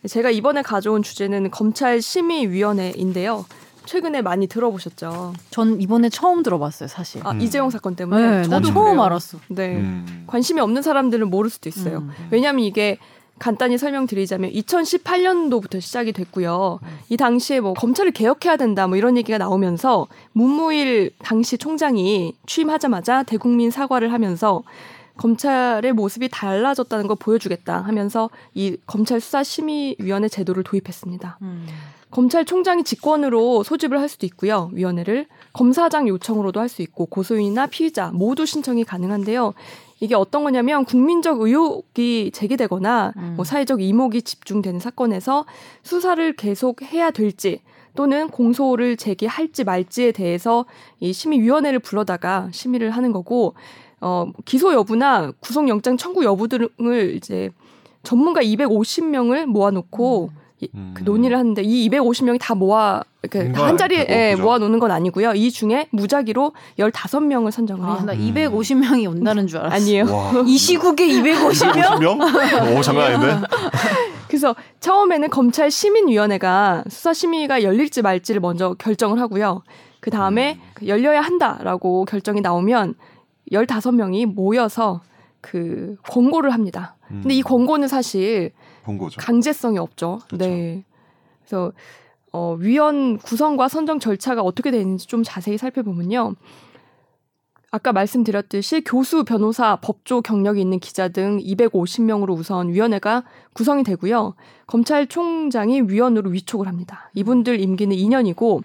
A: 네, 제가 이번에 가져온 주제는 검찰 심의위원회인데요. 최근에 많이 들어보셨죠.
B: 전 이번에 처음 들어봤어요 사실.
A: 아
C: 음.
A: 이재용 사건 때문에
B: 네, 난
A: 저도
B: 처음
A: 그래요.
B: 알았어.
A: 네,
C: 음,
A: 관심이 없는 사람들은 모를 수도 있어요.
B: 음.
A: 왜냐하면 이게 간단히 설명드리자면 2018년도부터 시작이 됐고요.
C: 음.
A: 이 당시에 뭐 검찰을 개혁해야 된다 뭐 이런 얘기가 나오면서 문무일 당시 총장이 취임하자마자 대국민 사과를 하면서 검찰의 모습이 달라졌다는 걸 보여주겠다 하면서 이 검찰 수사심의위원회 제도를 도입했습니다.
B: 음.
A: 검찰총장이 직권으로 소집을 할 수도 있고요. 위원회를 검사장 요청으로도 할 수 있고 고소인이나 피의자 모두 신청이 가능한데요. 이게 어떤 거냐면 국민적 의혹이 제기되거나
B: 음.
A: 뭐 사회적 이목이 집중되는 사건에서 수사를 계속 해야 될지 또는 공소를 제기할지 말지에 대해서 이 심의위원회를 불러다가 심의를 하는 거고 어, 기소 여부나 구속영장 청구 여부 등을 이제 전문가 250명을 모아놓고
C: 음.
A: 그 논의를 하는데 이 250명이 다 모아 이렇게
C: 모아야
A: 한 자리에
C: 되고,
A: 예,
C: 그죠?
A: 모아놓는 건 아니고요. 이 중에 무작위로 15명을 선정을 해요.
B: 아, 나
C: 음.
B: 250명이 온다는 줄 알았어.
A: 아니에요.
C: 와,
B: 이 시국에 250명?
E: 50명? 오 장난 아닌데.
A: 그래서 처음에는 검찰 시민위원회가 수사 심의가 열릴지 말지를 먼저 결정을 하고요. 그 다음에 열려야 한다라고 결정이 나오면 15명이 모여서 그 권고를 합니다.
C: 음,
A: 근데 이 권고는 사실
C: 권고죠.
A: 강제성이 없죠.
C: 그렇죠.
A: 네. 그래서 어, 위원 구성과 선정 절차가 어떻게 되어 있는지 좀 자세히 살펴보면요. 아까 말씀드렸듯이 교수, 변호사, 법조 경력이 있는 기자 등 250명으로 우선 위원회가 구성이 되고요. 검찰총장이 위원으로 위촉을 합니다. 이분들 임기는 2년이고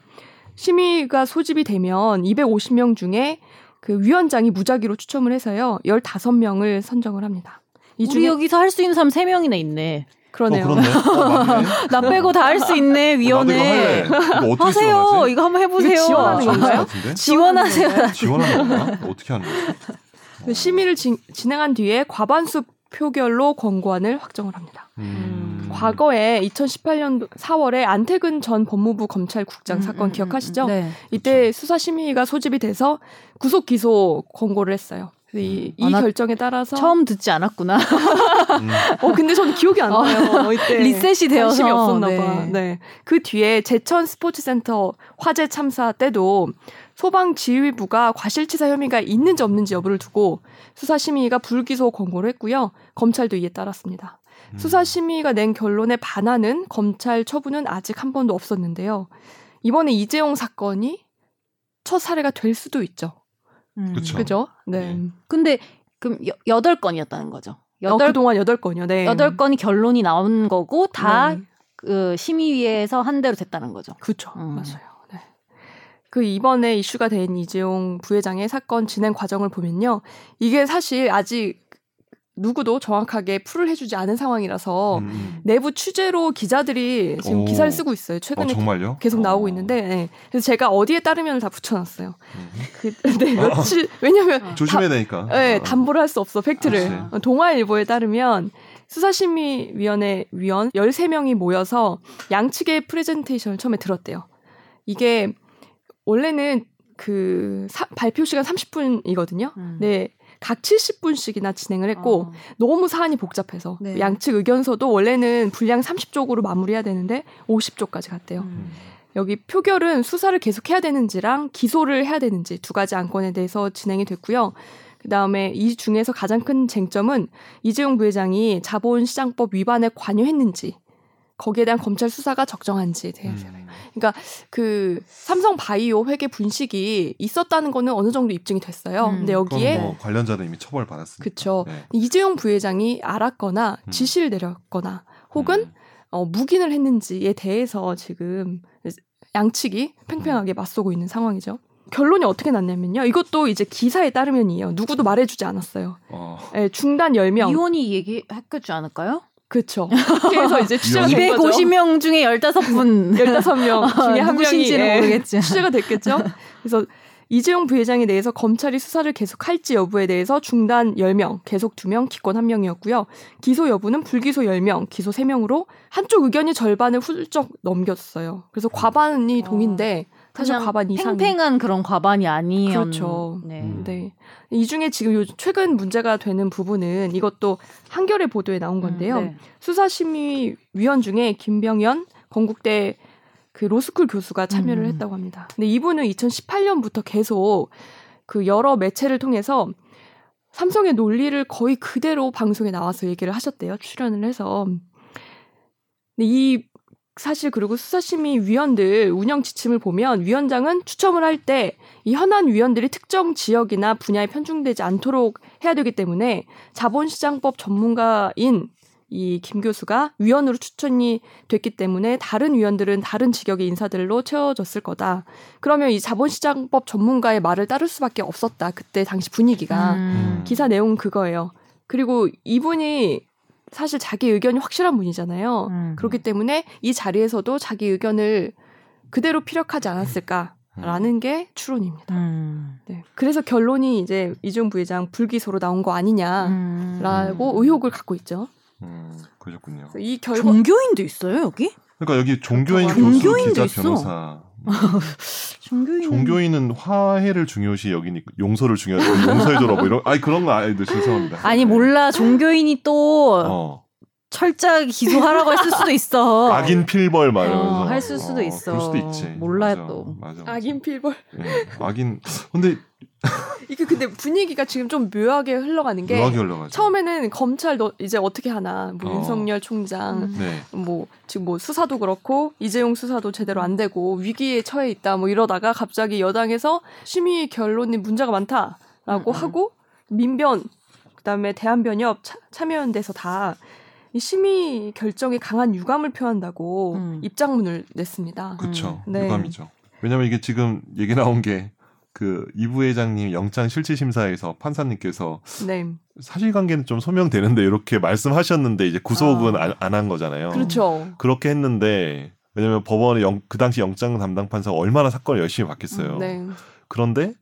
A: 심의가 소집이 되면 250명 중에 그 위원장이 무작위로 추첨을 해서요. 15명을 선정을 합니다. 이
B: 우리 여기서 할 수 있는 사람 3명이나 있네.
A: 그러네요.
C: 어, 그렇네. 어, 맞네.
B: 나 빼고 다 할 수 있네,
C: 위원회.
B: 위원회.
C: 이거 아, 할래. 이거 어떻게
B: 하세요.
C: 지원하지?
B: 이거 한번 해보세요.
A: 이거 지원하는
C: 아,
A: 건가요?
C: 같은데?
B: 지원하세요.
C: 지원하는 건가? 이거 어떻게 하는 거지?
A: 그 심의를 진, 진행한 뒤에 과반수 표결로 권고안을 확정을 합니다.
B: 음.
A: 과거에 2018년 4월에 안태근 전 법무부 검찰국장
B: 음,
A: 사건
B: 음,
A: 기억하시죠?
B: 음, 네.
A: 이때 수사심의가 소집이 돼서 구속 기소 권고를 했어요. 그래서 이, 이
B: 아, 나
A: 결정에 따라서
B: 처음 듣지 않았구나.
C: 음.
A: 어 근데 저는 기억이 안 나요. 뭐 이때
B: 리셋이 되어서.
A: 네. 관심이 없었나
B: 네.
A: 봐. 네. 그 뒤에 제천 스포츠센터 화재 참사 때도 소방 지휘부가 과실치사 혐의가 있는지 없는지 여부를 두고 수사심의가 불기소 권고를 했고요. 검찰도 이에 따랐습니다.
C: 음.
A: 수사심의가 낸 결론에 반하는 검찰 처분은 아직 한 번도 없었는데요. 이번에 이재용 사건이 첫 사례가 될 수도 있죠.
B: 음.
C: 그쵸.
A: 그죠? 네.
C: 네.
B: 근데 그럼 여, 8건이었다는 거죠.
A: 여
B: 여덟
A: 동안 어, 여덟 건이요. 네.
B: 여덟 건이 결론이 나온 거고 다
A: 네.
B: 그 심의위에서 한 대로 됐다는 거죠.
A: 그렇죠.
B: 음.
A: 맞아요. 네. 그 이번에 이슈가 된 이재용 부회장의 사건 진행 과정을 보면요. 이게 사실 아직 누구도 정확하게 풀을 해주지 않은 상황이라서
C: 음.
A: 내부 취재로 기자들이 지금
C: 오.
A: 기사를 쓰고 있어요.
C: 어,
A: 최근에
C: 정말요?
A: 계속
C: 어.
A: 나오고 있는데 네. 그래서 제가 어디에 따르면을 다 붙여놨어요.
C: 음.
A: 그, 네, 며칠 왜냐면
C: 조심해야 되니까.
A: 네,
C: 어.
A: 담보를 할 수 없어 팩트를.
C: 그치.
A: 어, 동아일보에 따르면 수사심의위원회 위원 13명이 모여서 양측의 프레젠테이션을 처음에 들었대요. 이게 원래는 그 사- 발표 시간 30분이거든요.
B: 음.
A: 네. 각 70분씩이나 진행을 했고
B: 어.
A: 너무 사안이 복잡해서
B: 네.
A: 양측 의견서도 원래는 분량 30쪽으로 마무리해야 되는데 50쪽까지 갔대요.
B: 음.
A: 여기 표결은 수사를 계속해야 되는지랑 기소를 해야 되는지 두 가지 안건에 대해서 진행이 됐고요. 그다음에 이 중에서 가장 큰 쟁점은 이재용 부회장이 자본시장법 위반에 관여했는지 거기에 대한 검찰 수사가 적정한지에 대해서
C: 음.
A: 그 삼성바이오 회계 분식이 있었다는 거는 어느 정도 입증이 됐어요.
B: 음,
A: 근데
C: 그건
A: 여기에
C: 뭐 관련자는 이미 처벌 받았으니까.
A: 그쵸.
C: 네.
A: 이재용 부회장이 알았거나
C: 음.
A: 지시를 내렸거나 혹은
C: 음.
A: 어, 묵인을 했는지에 대해서 지금 양측이
B: 음.
A: 팽팽하게 맞서고 있는 상황이죠. 결론이 어떻게 났냐면요. 이것도 이제 기사에 따르면이에요. 누구도 말해주지 않았어요.
C: 어.
A: 예, 중단 10명.
B: 이혼이 얘기했겠지 않을까요?
A: 그렇죠. 그래서 이제 취재가 된 거죠.
B: 250명 중에 15분.
A: 15명 중에 한 명이
B: 어, 누구신지는
A: 예,
B: 모르겠지만.
A: 취재가 됐겠죠. 그래서 이재용 부회장에 대해서 검찰이 수사를 계속할지 여부에 대해서 중단 10명, 계속 2명, 기권 1명이었고요. 기소 여부는 불기소 10명, 기소 3명으로 한쪽 의견이 절반을 훌쩍 넘겼어요. 그래서 과반이
B: 어.
A: 동인데 사실
B: 그냥
A: 과반 이상
B: 팽팽한 그런 과반이 아니었.
A: 그렇죠.
B: 네.
C: 음.
A: 네. 이 중에 지금 요 최근 문제가 되는 부분은 이것도 한겨레 보도에 나온 건데요.
B: 음, 네.
A: 수사심의위원 중에 김병현 건국대 그 로스쿨 교수가 참여를
B: 음.
A: 했다고 합니다. 근데 이분은 2018년부터 계속 그 여러 매체를 통해서 삼성의 논리를 거의 그대로 방송에 나와서 얘기를 하셨대요. 출연을 해서. 근데 이 사실 그리고 수사심의위원들 운영 지침을 보면 위원장은 추첨을 할 때 이 현안 위원들이 특정 지역이나 분야에 편중되지 않도록 해야 되기 때문에 자본시장법 전문가인 이 김 교수가 위원으로 추천이 됐기 때문에 다른 위원들은 다른 직역의 인사들로 채워졌을 거다. 그러면 이 자본시장법 전문가의 말을 따를 수밖에 없었다. 그때 당시 분위기가.
B: 음.
A: 기사 내용은 그거예요. 그리고 이분이 사실 자기 의견이 확실한 분이잖아요.
B: 음.
A: 그렇기 때문에 이 자리에서도 자기 의견을 그대로 피력하지
C: 음.
A: 않았을까라는 게 추론입니다.
B: 음.
A: 네. 그래서 결론이 이제 이준 부회장 불기소로 나온 거 아니냐라고
B: 음.
A: 의혹을 갖고 있죠.
F: 음, 그러셨군요.
A: 그래서 이 어, 결과
B: 종교인도 있어요 여기?
F: 그러니까 여기 종교인 교수,
B: 종교인도
F: 기자,
B: 있어.
F: 변호사.
A: 음.
B: 종교인
C: 종교인은 화해를 중요시 여기니까 용서를 중요시 용서해줘라 뭐 이런 아니 그런 거 아닌데 죄송합니다.
B: 아니 몰라 종교인이 또
C: 어.
B: 철저하게 기소하라고 했을 수도 있어.
C: 악인 필벌 막
B: 어,
C: 이러면서
B: 할 수도 있어.
C: 그럴 수도 있지.
B: 몰라,
C: 맞아,
B: 또.
C: 맞아. 맞아.
A: 악인 필벌
C: 예, 악인. 근데
A: 이게 근데 분위기가 지금 좀 묘하게 흘러가는 게
C: 묘하게 흘러가죠.
A: 처음에는 검찰 너 이제 어떻게 하나 뭐
C: 어.
A: 윤석열 총장
B: 음.
C: 네.
A: 뭐 지금 뭐 수사도 그렇고 이재용 수사도 제대로 안 되고 위기에 처해 있다 뭐 이러다가 갑자기 여당에서 심의 결론이 문제가 많다라고
B: 음, 음.
A: 하고 민변 그다음에 대한변협 차- 참여연대에서 다 이 심의 결정에 강한 유감을 표한다고
B: 음.
A: 입장문을 냈습니다.
C: 그렇죠.
A: 음. 네.
C: 유감이죠. 왜냐면 이게 지금 얘기 나온 게 그 이부회장님 영장 실질 심사에서 판사님께서
A: 네,
C: 사실관계는 좀 소명되는데 이렇게 말씀하셨는데 이제 구속은 안 한 거잖아요.
A: 아. 그렇죠.
C: 어. 그렇게 했는데 왜냐면 법원의 영, 그 당시 영장 담당 판사가 얼마나 사건을 열심히 봤겠어요.
A: 네,
C: 그런데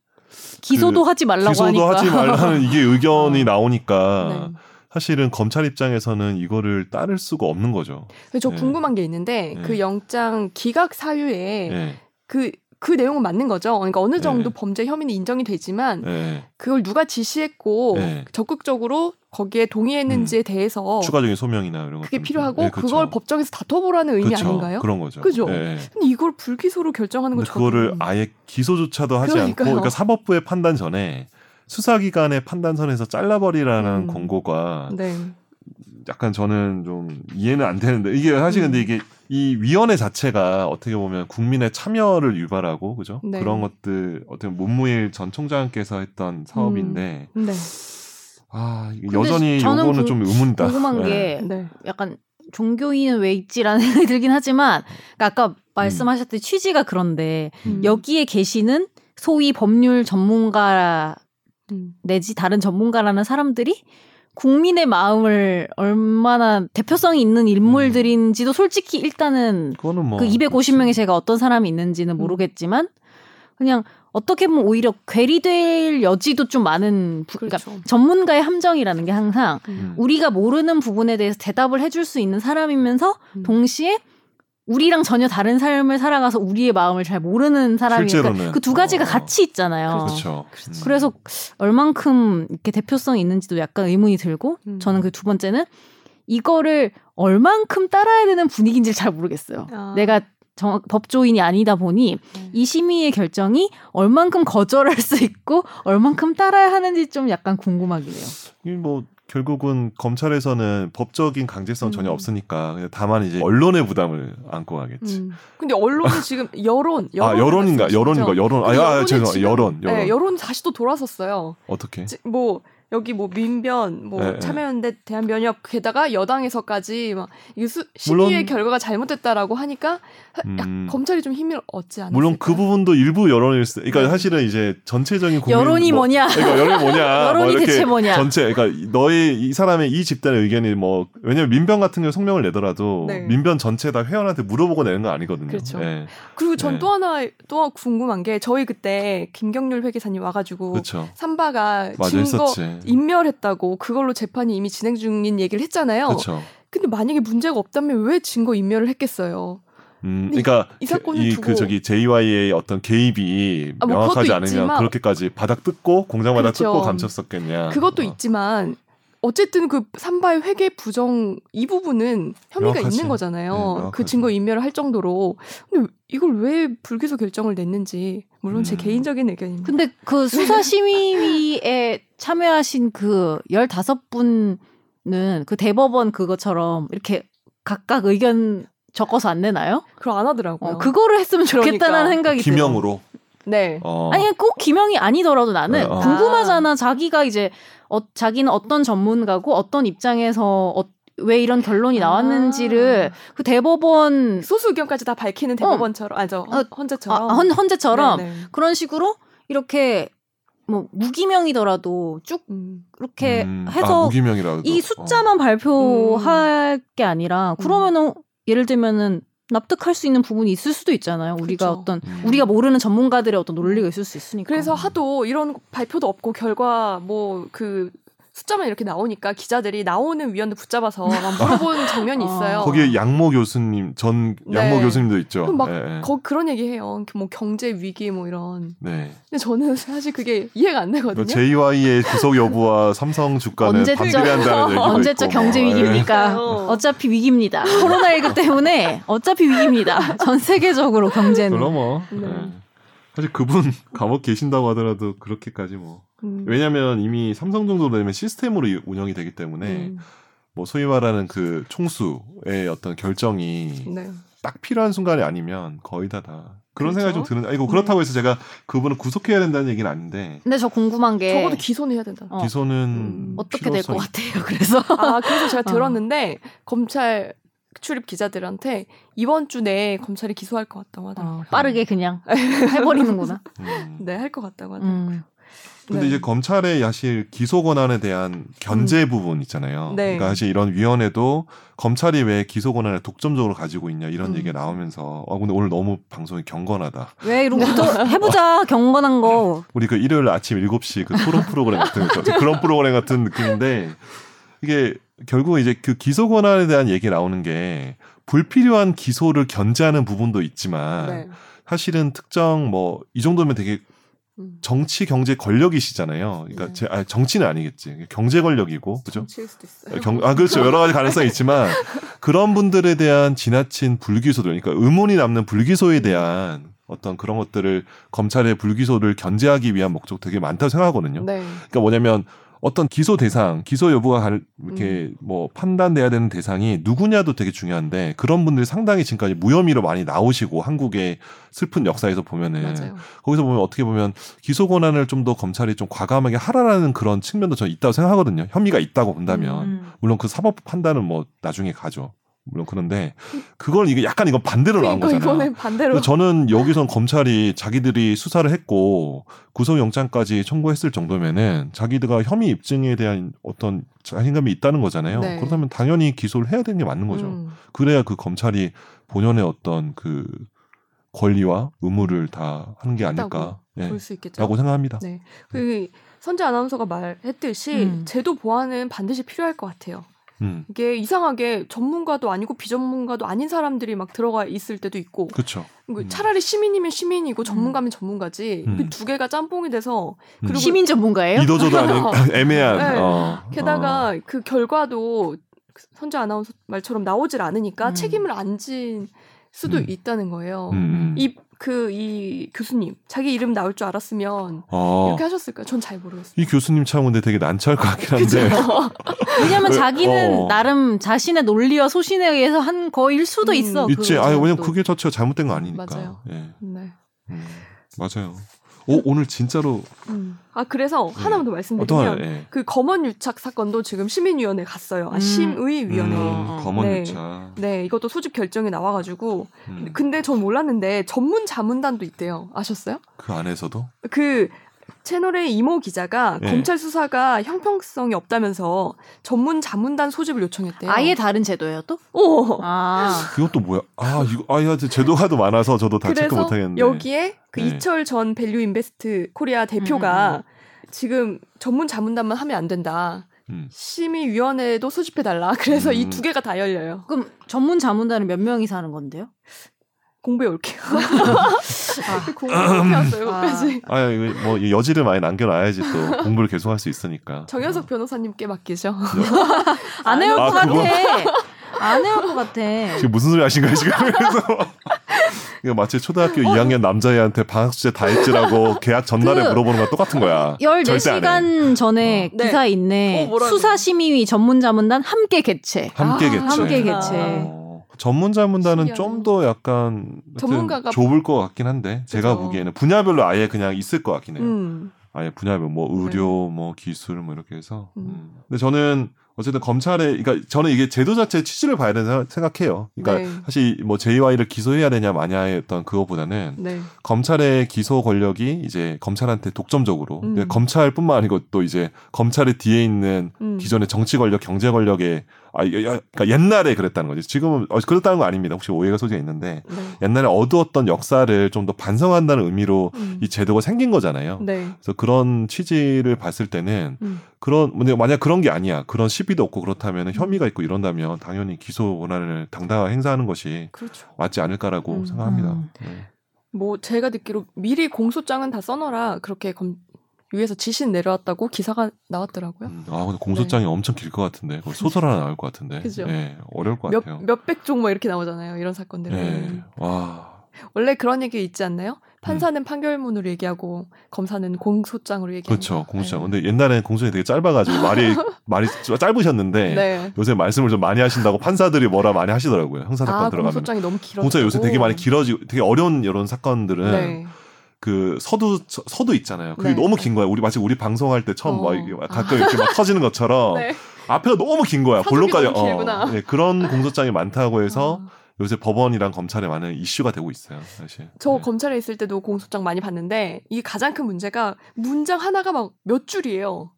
B: 기소도 하지 말라고
C: 기소도
B: 하니까.
C: 하지 말라는 이게 의견이
A: 어.
C: 나오니까
A: 네.
C: 사실은 검찰 입장에서는 이거를 따를 수가 없는 거죠.
A: 그래서 저
C: 네.
A: 궁금한 게 있는데 그
C: 네.
A: 영장 기각 사유에
C: 예.
A: 그 그 내용은 맞는 거죠. 그러니까 어느 정도
C: 네.
A: 범죄 혐의는 인정이 되지만
C: 예.
A: 그걸 누가 지시했고
C: 네. 음.
A: 적극적으로 거기에 동의했는지에 대해서
C: 추가적인 소명이나 이런
A: 어. 그게
C: 것들.
A: 필요하고
C: 예, 그쵸.
A: 그걸 법정에서 다퉈보라는 의미
C: 그쵸.
A: 아닌가요?
C: 그렇죠. 그런 거죠.
A: 그죠?
C: 예.
A: 근데 이걸 불기소로 결정하는 음. 거
C: 근데 그거를
A: 저는-
C: 아예 기소조차도 하지 않고
A: 그러니까요.
C: 그러니까 사법부의 판단 전에 수사기관의 판단선에서 잘라버리라는
A: 음.
C: 권고가
A: 네.
C: 약간 저는 좀 이해는 안 되는데 이게 사실 근데
A: 음.
C: 이게 이 위원회 자체가 어떻게 보면 국민의 참여를 유발하고 그죠
A: 네.
C: 그런 것들 어떻게 보면 문무일 전 총장께서 했던 사업인데
A: 네.
C: 아 이게
B: 근데
C: 여전히
B: 저는 궁-
C: 요거는 좀 의문이다.
B: 궁금한
C: 네.
B: 게
A: 네.
B: 약간 종교인은 왜 있지라는 생각이 들긴 하지만 그러니까 아까 말씀하셨듯이 취지가 그런데
A: 음.
B: 여기에 계시는 소위 법률 전문가
A: 음.
B: 내지 다른 전문가라는 사람들이 국민의 마음을 얼마나 대표성이 있는 인물들인지도 솔직히 일단은
C: 그거는 뭐
B: 그 250명에 제가 어떤 사람이 있는지는 모르겠지만 그냥 어떻게 보면 오히려 괴리될 여지도 좀 많은 부, 그러니까
A: 그렇죠.
B: 전문가의 함정이라는 게 항상
A: 음.
B: 우리가 모르는 부분에 대해서 대답을 해줄 수 있는 사람이면서
A: 음.
B: 동시에 우리랑 전혀 다른 삶을 살아가서 우리의 마음을 잘 모르는 사람이니까
C: 실제로는.
B: 그 두 가지가
C: 어.
B: 같이 있잖아요.
C: 그렇죠. 음.
B: 그래서 얼만큼 이렇게 대표성이 있는지도 약간 의문이 들고
A: 음.
B: 저는 그 두 번째는 이거를 얼만큼 따라야 되는 분위기인지 잘 모르겠어요.
A: 아.
B: 내가 정- 법조인이 아니다 보니
C: 음.
A: 네.
B: 이 심의의 결정이 얼만큼 거절할 수 있고 얼만큼 따라야 하는지 좀 약간 궁금하긴 해요.
C: 이뭐 결국은 검찰에서는 법적인 강제성 은 전혀
A: 음.
C: 없으니까 그냥 다만 이제 언론의 부담을 안고 가겠지.
A: 음. 근데 언론이 지금 여론, 음, 여론
C: 아 여론인가
A: 말씀이시죠?
C: 여론인가 여론
A: 근데
C: 아, 아
A: 여론이
C: 죄송
A: 지금-
C: 여론 여론
A: 네, 여론 다시 또 돌아섰어요.
C: 어떻게
A: 지- 뭐 여기 뭐 민변, 뭐
C: 네, 네.
A: 참여연대, 대한변협 게다가 여당에서까지 막 이게 수,
C: 물론-
A: 심의의 결과가 잘못됐다라고 하니까 하- 약
C: 음.
A: 검찰이 좀 힘을 얻지 않았을까?
C: 물론 그 부분도 일부 여론일 수. 그러니까
A: 네.
C: 사실은 이제 전체적인 국민
B: 여론이
C: 뭐,
B: 뭐냐?
C: 그러니까 여론이 뭐냐?
B: 여론이
C: 뭐 이렇게
B: 대체 뭐냐?
C: 전체 그러니까 너의 이 사람의 이 집단의 의견이 뭐 왜냐면 민변 같은 경우 성명을 내더라도
A: 네.
C: 민변 전체 다 회원한테 물어보고 내는 건 아니거든요.
A: 그렇죠.
C: 예.
A: 그리고 전
C: 네.
A: 또 하나 또 궁금한 게 저희 그때 김경률 회계사님 와가지고
C: 그렇죠.
A: 삼바가
C: 맞아
A: 뭐 증거
C: 했었지.
A: 인멸했다고 그걸로 재판이 이미 진행 중인 얘기를 했잖아요.
C: 그렇죠.
A: 근데 만약에 문제가 없다면 왜 증거 인멸을 했겠어요?
C: 음,
A: 근데
C: 그러니까
A: 이 사건을
C: 이
A: 두고-
C: 그 저기 JY의 어떤 개입이
A: 아, 뭐
C: 명확하지
A: 그것도
C: 않으면
A: 있지만-
C: 그렇게까지 바닥 뜯고 공장마다
A: 그렇죠.
C: 뜯고 감췄었겠냐.
A: 그것도
C: 어.
A: 있지만 어쨌든 그 삼바의 회계 부정 이 부분은 혐의가
C: 명확하지.
A: 있는
C: 네,
A: 거잖아요.
C: 명확하지.
A: 그 증거 인멸을 할 정도로 근데 이걸 왜 불기소 결정을 냈는지 물론 제
C: 음.
A: 개인적인 의견입니다.
B: 근데 그 수사심의위에 참여하신 그 15분은 그 대법원 그거처럼 이렇게 각각 의견 적어서 안 내나요?
A: 그걸 안 하더라고요.
B: 어, 그거를 했으면 좋겠다라는
A: 그러니까.
B: 생각이 들어요.
C: 김영으로.
A: 네.
C: 어.
B: 아니 꼭 김영이 아니더라도 나는
C: 어, 어.
B: 궁금하잖아. 자기가 이제 어, 자기는 어떤 전문가고 어떤 입장에서 어, 왜 이런 결론이 나왔는지를 그 대법원
A: 아. 음. 소수 의견까지 다 밝히는 대법원처럼 아저
B: 어, 아,
A: 헌재처럼
B: 헌, 헌재처럼
A: 네, 네.
B: 그런 식으로 이렇게 뭐 무기명이더라도 쭉
A: 음.
B: 이렇게
C: 음, 아,
B: 해서
C: 무기명이라도
B: 이 숫자만 발표할 게 아니라 그러면은 예를 들면은 납득할 수 있는 부분이 있을 수도 있잖아요. 우리가
A: 그쵸.
B: 어떤
C: 음.
B: 우리가 모르는 전문가들의 어떤 논리가 있을 수 있으니까.
A: 그래서 하도 이런 발표도 없고 결과 뭐 그 숫자만 이렇게 나오니까 기자들이 나오는 위원들 붙잡아서 막 물어본 장면이
B: 어.
A: 있어요.
C: 거기에 양모 교수님 전 양모
A: 네.
C: 교수님도 있죠.
A: 그럼 막
C: 예, 예.
A: 거- 그런 얘기해요. 뭐 경제 위기 뭐 이런.
C: 네.
A: 근데 저는 사실 그게 이해가 안
C: 뭐
A: 되거든요.
C: JY의 구속 여부와 삼성 주가는
B: 언제쯤-
C: 반비례한다는 얘기도
B: 언제적
C: 있고,
B: 경제
C: 뭐, 예.
B: 위기입니까?
A: 그러니까요.
B: 어차피 위기입니다. 코로나19 때문에 어차피 위기입니다. 전 세계적으로 경제는.
C: 그럼 뭐.
A: 네.
C: 예. 사실 그분 감옥 계신다고 하더라도 그렇게까지 뭐.
A: 음.
C: 왜냐면 이미 삼성 정도 되면 시스템으로 이- 운영이 되기 때문에
A: 음.
C: 뭐 소위 말하는 그 총수의 어떤 결정이
A: 네.
C: 딱 필요한 순간이 아니면 거의 다 다. 그런
A: 그렇죠.
C: 생각이 좀 드는데, 아이고, 그렇다고 해서 제가 그분을 구속해야 된다는 얘기는 아닌데,
B: 근데 저 궁금한 게
A: 적어도 기소는 해야 된다.
B: 예. 어.
C: 기소는
A: 음.
B: 어떻게 될 것
C: 필요성이-
B: 같아요. 그래서
A: 아 그래서 제가
B: 어.
A: 들었는데 검찰 출입 기자들한테 이번 주 내에 검찰이 기소할 것 같다고 하더라고요.
B: 어, 빠르게 그냥 해버리는구나.
C: 음.
A: 네, 할 것 같다고 하더라고요.
B: 음.
C: 근데
A: 네. 음.
C: 이제 검찰의 사실 기소 권한에 대한 견제 부분 있잖아요.
A: 네.
C: 그러니까 사실 이런 위원회도 검찰이 왜 기소 권한을 독점적으로 가지고 있냐 이런
A: 음.
C: 얘기가 나오면서 아 근데 오늘 너무 방송이 경건하다.
B: 왜 이런 것도 해보자 경건한 거.
C: 우리 그 일요일 아침 7시 그 토론 프로그램 같은 거 있죠. 그런 프로그램 같은 느낌인데 이게 결국 이제 그 기소 권한에 대한 얘기 나오는 게 불필요한 기소를 견제하는 부분도 있지만
A: 네.
C: 사실은 특정 뭐 이 정도면 되게
A: 음.
C: 정치 경제 권력이시잖아요. 그러니까
A: 네.
C: 제, 아, 정치는 아니겠지. 경제 권력이고 그죠?
A: 정치일 수도 있어요.
C: 경, 아 그렇죠 여러 가지 가능성이 있지만 그런 분들에 대한 지나친 불기소들 그러니까 의문이 남는 불기소에 대한 어떤 그런 것들을 검찰의 불기소를 견제하기 위한 목적 되게 많다고 생각하거든요.
A: 네.
C: 그러니까 뭐냐면 어떤 기소 대상, 기소 여부가 갈-
A: 음.
C: 이렇게 뭐 판단돼야 되는 대상이 누구냐도 되게 중요한데 그런 분들이 상당히 지금까지 무혐의로 많이 나오시고 한국의 슬픈 역사에서 보면은
A: 맞아요.
C: 거기서 보면 어떻게 보면 기소 권한을 좀 더 검찰이 좀 과감하게 하라라는 그런 측면도 저는 있다고 생각하거든요. 혐의가 있다고 본다면
B: 음.
C: 물론 그 사법 판단은 뭐 나중에 가죠. 물론 그런데 그걸 이게 약간 이건 반대로 나온
A: 그러니까 이거
C: 거잖아요.
A: 이거는 반대로
C: 그래서 저는 여기선 검찰이 자기들이 수사를 했고 구속영장까지 청구했을 정도면은 자기들과 혐의 입증에 대한 어떤 자신감이 있다는 거잖아요.
A: 네.
C: 그렇다면 당연히 기소를 해야 되는 게 맞는 거죠.
A: 음.
C: 그래야 그 검찰이 본연의 어떤 그 권리와 의무를 다 하는 게 아닐까라고
A: 했다고 볼 수 있겠죠.
C: 생각합니다.
A: 네. 그 선재 아나운서가 말했듯이
B: 음.
A: 제도 보완은 반드시 필요할 것 같아요.
C: 음,
A: 이게 이상하게 전문가도 아니고 비전문가도 아닌 사람들이 막 들어가 있을 때도 있고
C: 그렇죠.
A: 뭐
C: 음.
A: 차라리 시민이면 시민이고 전문가면 전문가지
C: 음.
A: 그 두 개가 짬뽕이 돼서
C: 음.
A: 그리고
B: 시민 전문가예요?
C: 이도저도 아닌 애매한.
A: 네.
C: 어,
A: 게다가
C: 어.
A: 그 결과도 선재 아나운서 말처럼 나오질 않으니까
B: 음.
A: 책임을 안 진 수도
C: 음.
A: 있다는 거예요.
C: 음, 음.
A: 이 그, 이 교수님, 자기 이름 나올 줄 알았으면
C: 어.
A: 이렇게 하셨을까요? 전 잘 모르겠어요.
C: 이 교수님 참 근데 되게 난처할 것 같긴 한데.
B: 왜냐면
C: 왜-
B: 자기는
C: 어.
B: 나름 자신의 논리와 소신에 의해서 한 거일 수도
A: 음.
B: 있어.
C: 있지.
B: 그거
C: 아니, 왜냐면
B: 또.
C: 그게 자체가 잘못된 거 아니니까.
A: 맞아요. 그
C: 예.
A: 네.
C: 음, 맞아요. 어, 오, 오늘 진짜로
A: 음. 아, 그래서 하나만 더 말씀드리면
C: 네. 어떤 예.
A: 그 검언 유착 사건도 지금 시민위원회 갔어요. 아,
B: 음.
A: 심의위원회.
C: 음, 검언
A: 네.
C: 유차.
A: 네, 이것도 소집 결정이 나와가지고.
C: 음,
A: 근데 전 몰랐는데 전문 자문단도 있대요. 아셨어요?
C: 그 안에서도
A: 그 채널의 이모 기자가
C: 네.
A: 검찰 수사가 형평성이 없다면서 전문 자문단 소집을 요청했대요. 어.
B: 아예 다른 제도예요 또?
A: 오.
B: 아
C: 그것도 뭐야? 아 이거 아 이거 제도가도 많아서 저도 다 체크
A: 그래서
C: 못 하겠는데.
A: 여기에 그
C: 네.
A: 이철 전 밸류 인베스트 코리아 대표가 지금 전문 자문단만 하면 안 된다.
C: 음.
A: 심의위원회도 소집해달라. 그래서 이
C: 음.
A: 두 개가 다 열려요.
B: 그럼 전문 자문단은 몇 명이 사는 건데요?
A: 공부해 올게요.
B: 아,
A: 그 공부해 왔어요,
B: 아.
A: 여기까지.
C: 아, 이거 뭐 여지를 많이 남겨놔야지 또 공부를 계속할 수 있으니까.
A: 정현석 변호사님께 맡기죠.
B: 안 해올
C: 아,
B: 것
C: 그거?
B: 같아. 안 해올 것 같아.
C: 지금 무슨 소리 하신 거예요 지금? 그래서 이거 마치 초등학교
A: 어.
C: 2학년 남자애한테 방학 숙제 다 했지라고 계약 전날에
B: 그-
C: 물어보는 거 똑같은 거야. 절대 안 해.
B: 14시간 전에
A: 어. 네.
B: 기사 있네.
A: 어, 뭐라고요?
B: 수사심의위 전문자문단 함께 개최.
C: 함께
A: 아,
C: 개최.
B: 함께 개최.
C: 어, 전문 자문단은
A: 신기하네.
C: 좀 더 약간 하여튼
A: 전문가가-
C: 좁을 것 같긴 한데 제가
A: 그죠.
C: 보기에는 분야별로 아예 그냥 있을 것 같긴 해요.
A: 음.
C: 아예 분야별 뭐 의료, 뭐 기술 뭐 이렇게 해서.
A: 음.
C: 음. 근데 저는 어쨌든 검찰에 그러니까 저는 이게 제도 자체 취지를 봐야 된다 생각해요. 그러니까
A: 네.
C: 사실 뭐 JY를 기소해야 되냐 마냐의 어떤 그거보다는
A: 네.
C: 검찰의 기소 권력이 이제 검찰한테 독점적으로
A: 음.
C: 근데 검찰뿐만 아니고 또 이제 검찰의 뒤에 있는
A: 음.
C: 기존의 정치 권력, 경제 권력에 아 여- 여- 그러니까 옛날에 그랬다는 거지. 지금은 어, 그렇다는 거 아닙니다. 혹시 오해가 소지가 있는데
A: 네.
C: 옛날에 어두웠던 역사를 좀 더 반성한다는 의미로
A: 음.
C: 이 제도가 생긴 거잖아요.
A: 네.
C: 그래서 그런 취지를 봤을 때는
A: 음.
C: 그런 근데 만약 그런 게 아니야 그런 시비도 없고 그렇다면 혐의가 있고 이런다면 당연히 기소 권한을 당당하게 행사하는 것이
A: 그렇죠.
C: 맞지 않을까라고
A: 음.
C: 생각합니다.
B: 음.
C: 네.
A: 뭐 제가 듣기로 미리 공소장은 다 써놔라 그렇게 검, 위에서 지시 내려왔다고 기사가 나왔더라고요.
C: 음, 아 근데 공소장이 엄청 길 것 같은데 거기 소설 하나 나올 것 같은데
A: 네. 그죠.
C: 예, 어려울 것
A: 몇 네.
C: 같아요.
A: 몇백 종뭐 이렇게 나오잖아요. 이런 사건들은
C: 예, 와
A: 원래 그런 얘기 있지
C: 네.
A: 않나요? 판사는 판결문으로 얘기하고 검사는 공소장으로 얘기하는.
C: 그렇죠 공소장.
A: 네.
C: 근데 옛날에는 공소장이 되게 짧아가지고 말이 말이 짧으셨는데
A: 네.
C: 요새 말씀을 좀 많이 하신다고 판사들이 뭐라 많이 하시더라고요 형사 사건
A: 아
C: 들어가면.
A: 공소장이 너무 길어.
C: 공소장 요새 되게 많이 길어지고 되게 어려운 이런 사건들은
A: 네.
C: 그 서두 서- 서두 있잖아요.
A: 네.
C: 그게 너무 긴 거야. 우리 마치 우리 방송할 때 처음
A: 어.
C: 막 이게 막 가끔 이렇게 막 터지는 것처럼
A: 네.
C: 앞에가 너무 긴 거야.
A: 서두가
C: 본론까지
A: 너무 길구나.
C: 예, 그런 공소장이 많다고 해서
A: 아.
C: 요새 법원이랑 검찰에 많은 이슈가 되고 있어요. 사실.
A: 저
C: 네.
A: 검찰에 있을 때도 공소장 많이 봤는데 이 가장 큰 문제가 문장 하나가 막 몇 줄이에요.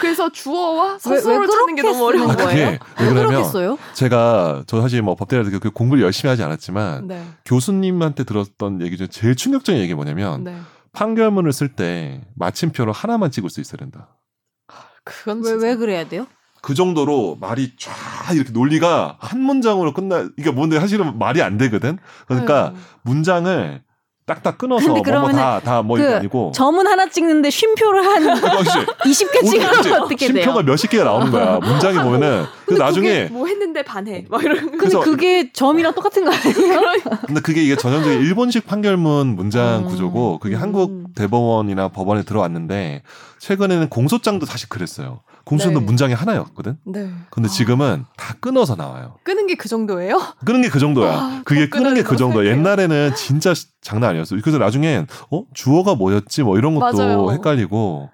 A: 그래서 주어와
B: 왜- 왜
A: 서술을 찾는 게
B: 그렇게
A: 너무 어려운
B: 쓰는
A: 거예요.
C: 아, 그게 왜
B: 왜
C: 그러냐면
B: 그러겠어요?
C: 제가 저 사실 뭐 법대를 그 공부를 열심히 하지
B: 음.
C: 않았지만
A: 네.
C: 교수님한테 들었던 얘기 중에 제일 충격적인 얘기 뭐냐면
A: 네.
C: 판결문을 쓸 때 마침표로 하나만 찍을 수 있어야 된다.
A: 그건
B: 왜,
A: 진짜
B: 왜 그래야 돼요?
C: 그 정도로 말이 쫙 이렇게 논리가 한 문장으로 끝나 이게 뭔데 사실은 말이 안 되거든 그러니까
A: 아유.
C: 문장을 딱딱 끊어서
B: 네. 근데
C: 뭔가
B: 그러면은
C: 다다뭐 이게
B: 그
C: 아니고
B: 점은 하나 찍는데 쉼표를 한
C: 그렇지
B: 20개 찍으면 어떻게 돼요?
C: 심표가 몇십 개가 나오는 거야 문장이 보면은 그
A: 근데
C: 나중에
A: 그게 뭐 했는데 반해 막 이런
B: 근데
C: 그래서-
B: 그게 점이랑 똑같은 거 아니에요?
C: 근데 그게 이게 전형적인 일본식 판결문 문장
B: 음.
C: 구조고 그게
A: 음.
C: 한국 대법원이나 법원에 들어왔는데 최근에는 공소장도 사실 그랬어요 공소장도
A: 네.
C: 문장이 하나였거든
A: 네
C: 근데 지금은 다 끊어서 나와요.
A: 끄는 게 그 정도예요?
C: 끄는 게 그 정도야.
A: 아,
C: 그게
A: 더
C: 끄는 게 그
A: 끊어지면
C: 정도. 야
A: 어떡해요?
C: 옛날에는 진짜 시- 장난 아니었어. 그래서 나중엔 어 주어가 뭐였지 뭐 이런 것도
A: 맞아요.
C: 헷갈리고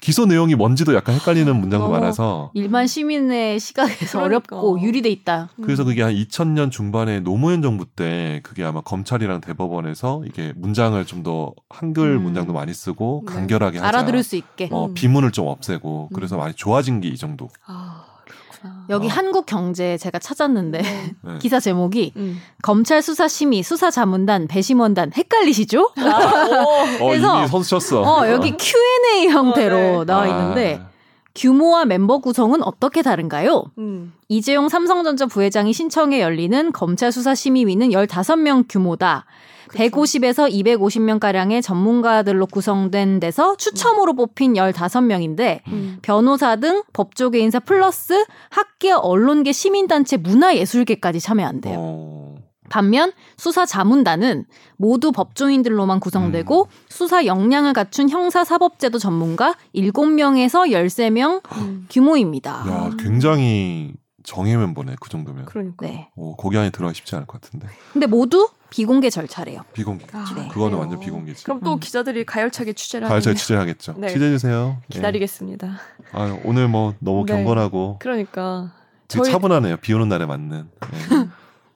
C: 기소 내용이 뭔지도 약간 헷갈리는 문장도
A: 너무-
C: 많아서
B: 일반 시민의 시각에서
A: 그러니까.
B: 어렵고 유리돼 있다.
A: 음.
C: 그래서
B: 음.
C: 그게 한 2000년 중반에 노무현 정부 때 그게 아마 검찰이랑 대법원에서 이게 문장을 좀 더 한글
B: 음.
C: 문장도 많이 쓰고
A: 네.
C: 간결하게 하자.
B: 알아들을 수 있게.
C: 어,
A: 음.
C: 비문을 좀 없애고 그래서
A: 음.
C: 많이 좋아진 게 이 정도.
A: 아 그렇구나.
B: 여기
C: 어.
B: 한국 경제 제가 찾았는데
A: 네.
C: 네.
B: 기사 제목이
A: 음.
B: 검찰 수사 심의 수사 자문단 배심원단 헷갈리시죠?
A: 아,
C: 어
B: 그래서-
C: 이미 선수 쳤어.
B: 어 여기 Q&A 형태로
A: 어, 네.
C: 아.
B: 나와 있는데 규모와 멤버 구성은 어떻게 다른가요?
A: 음.
B: 이재용 삼성전자 부회장이 신청해 열리는 검찰 수사 심의위는 15명 규모다.
A: 그쵸.
B: 150에서 250명가량의 전문가들로 구성된 데서 추첨으로 뽑힌 15명인데
A: 음.
B: 변호사 등 법조계 인사 플러스 학계, 언론계, 시민단체, 문화예술계까지 참여한대요.
C: 어.
B: 네. 반면 수사 자문단은 모두 법조인들로만 구성되고
C: 음.
B: 수사 역량을 갖춘 형사사법제도 전문가 7명에서 13명
A: 음.
B: 규모입니다.
C: 야, 굉장히 정예 멤버네 그 정도면.
A: 그러니까.
B: 네.
C: 어, 거기 안에 들어가기 쉽지 않을 것 같은데.
B: 근데 모두 비공개 절차래요.
C: 비공개.
A: 아,
B: 네.
C: 그거는
A: 그래요.
C: 완전 비공개지.
A: 그럼 또
B: 음.
A: 기자들이 가열차게 취재를
C: 다음 제가
A: 하겠네요.
C: 취재하겠죠.
A: 네.
C: 취재해주세요. 예.
A: 기다리겠습니다.
C: 아유, 오늘 뭐 너무
A: 네.
C: 경건하고
A: 그러니까
C: 되게
A: 저희
C: 차분하네요. 비 오는 날에 맞는. 예.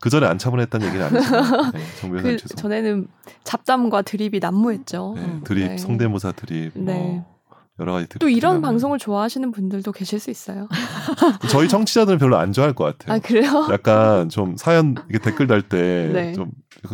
C: 그 전에 안 차분했다는 얘기는 아니지만 네, 정
A: 그
C: 변호사님 죄송.
A: 전에는 잡담과 드립이 난무했죠.
C: 네, 드립,
A: 네.
C: 성대모사 드립, 뭐
A: 네.
C: 여러 가지 드립.
A: 또 이런
C: 드리면은.
A: 방송을 좋아하시는 분들도 계실 수 있어요.
C: 저희 청취자들은 별로 안 좋아할 것 같아요.
A: 아 그래요?
C: 약간 좀 사연 이게 댓글 달 때
A: 네.
C: 좀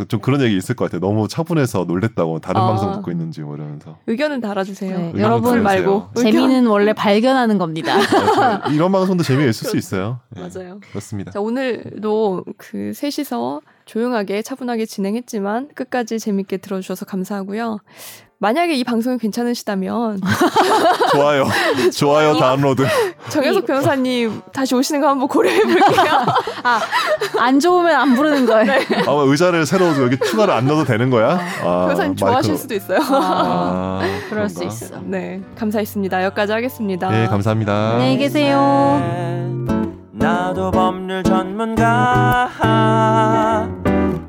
C: 좀 그런 얘기 있을 것 같아요. 너무 차분해서 놀랬다고 다른
A: 아.
C: 방송 듣고 있는지 뭐 이러면서.
A: 의견은 달아주세요.
B: 네,
A: 의견
B: 여러분
A: 달아주세요. 말고 의견-
B: 재미는 원래 발견하는 겁니다.
C: 아, 저- 이런 방송도 재미가 있을 수 있어요. 예,
A: 맞아요.
C: 그렇습니다.
A: 자, 오늘도 그 셋이서 조용하게 차분하게 진행했지만 끝까지 재밌게 들어주셔서 감사하고요. 만약에 이 방송이 괜찮으시다면
C: 좋아요.
A: 어?
C: 좋아요. 다운로드.
A: 정현석 변호사님 다시 오시는 거 한번 고려해 볼게요.
C: 아,
B: 안 좋으면 안 부르는 거예요.
C: 아마 의자를 새로 여기 추가를 안 넣어도 되는 거야? 아,
A: 변호사님 좋아하실
C: 마이크로.
A: 수도 있어요.
B: 아,
C: 아,
B: 그럴 수
C: 그런가?
B: 있어.
A: 네, 감사했습니다. 여기까지 하겠습니다.
C: 네, 감사합니다.
B: 안녕히 계세요.
G: 나도 법률 전문가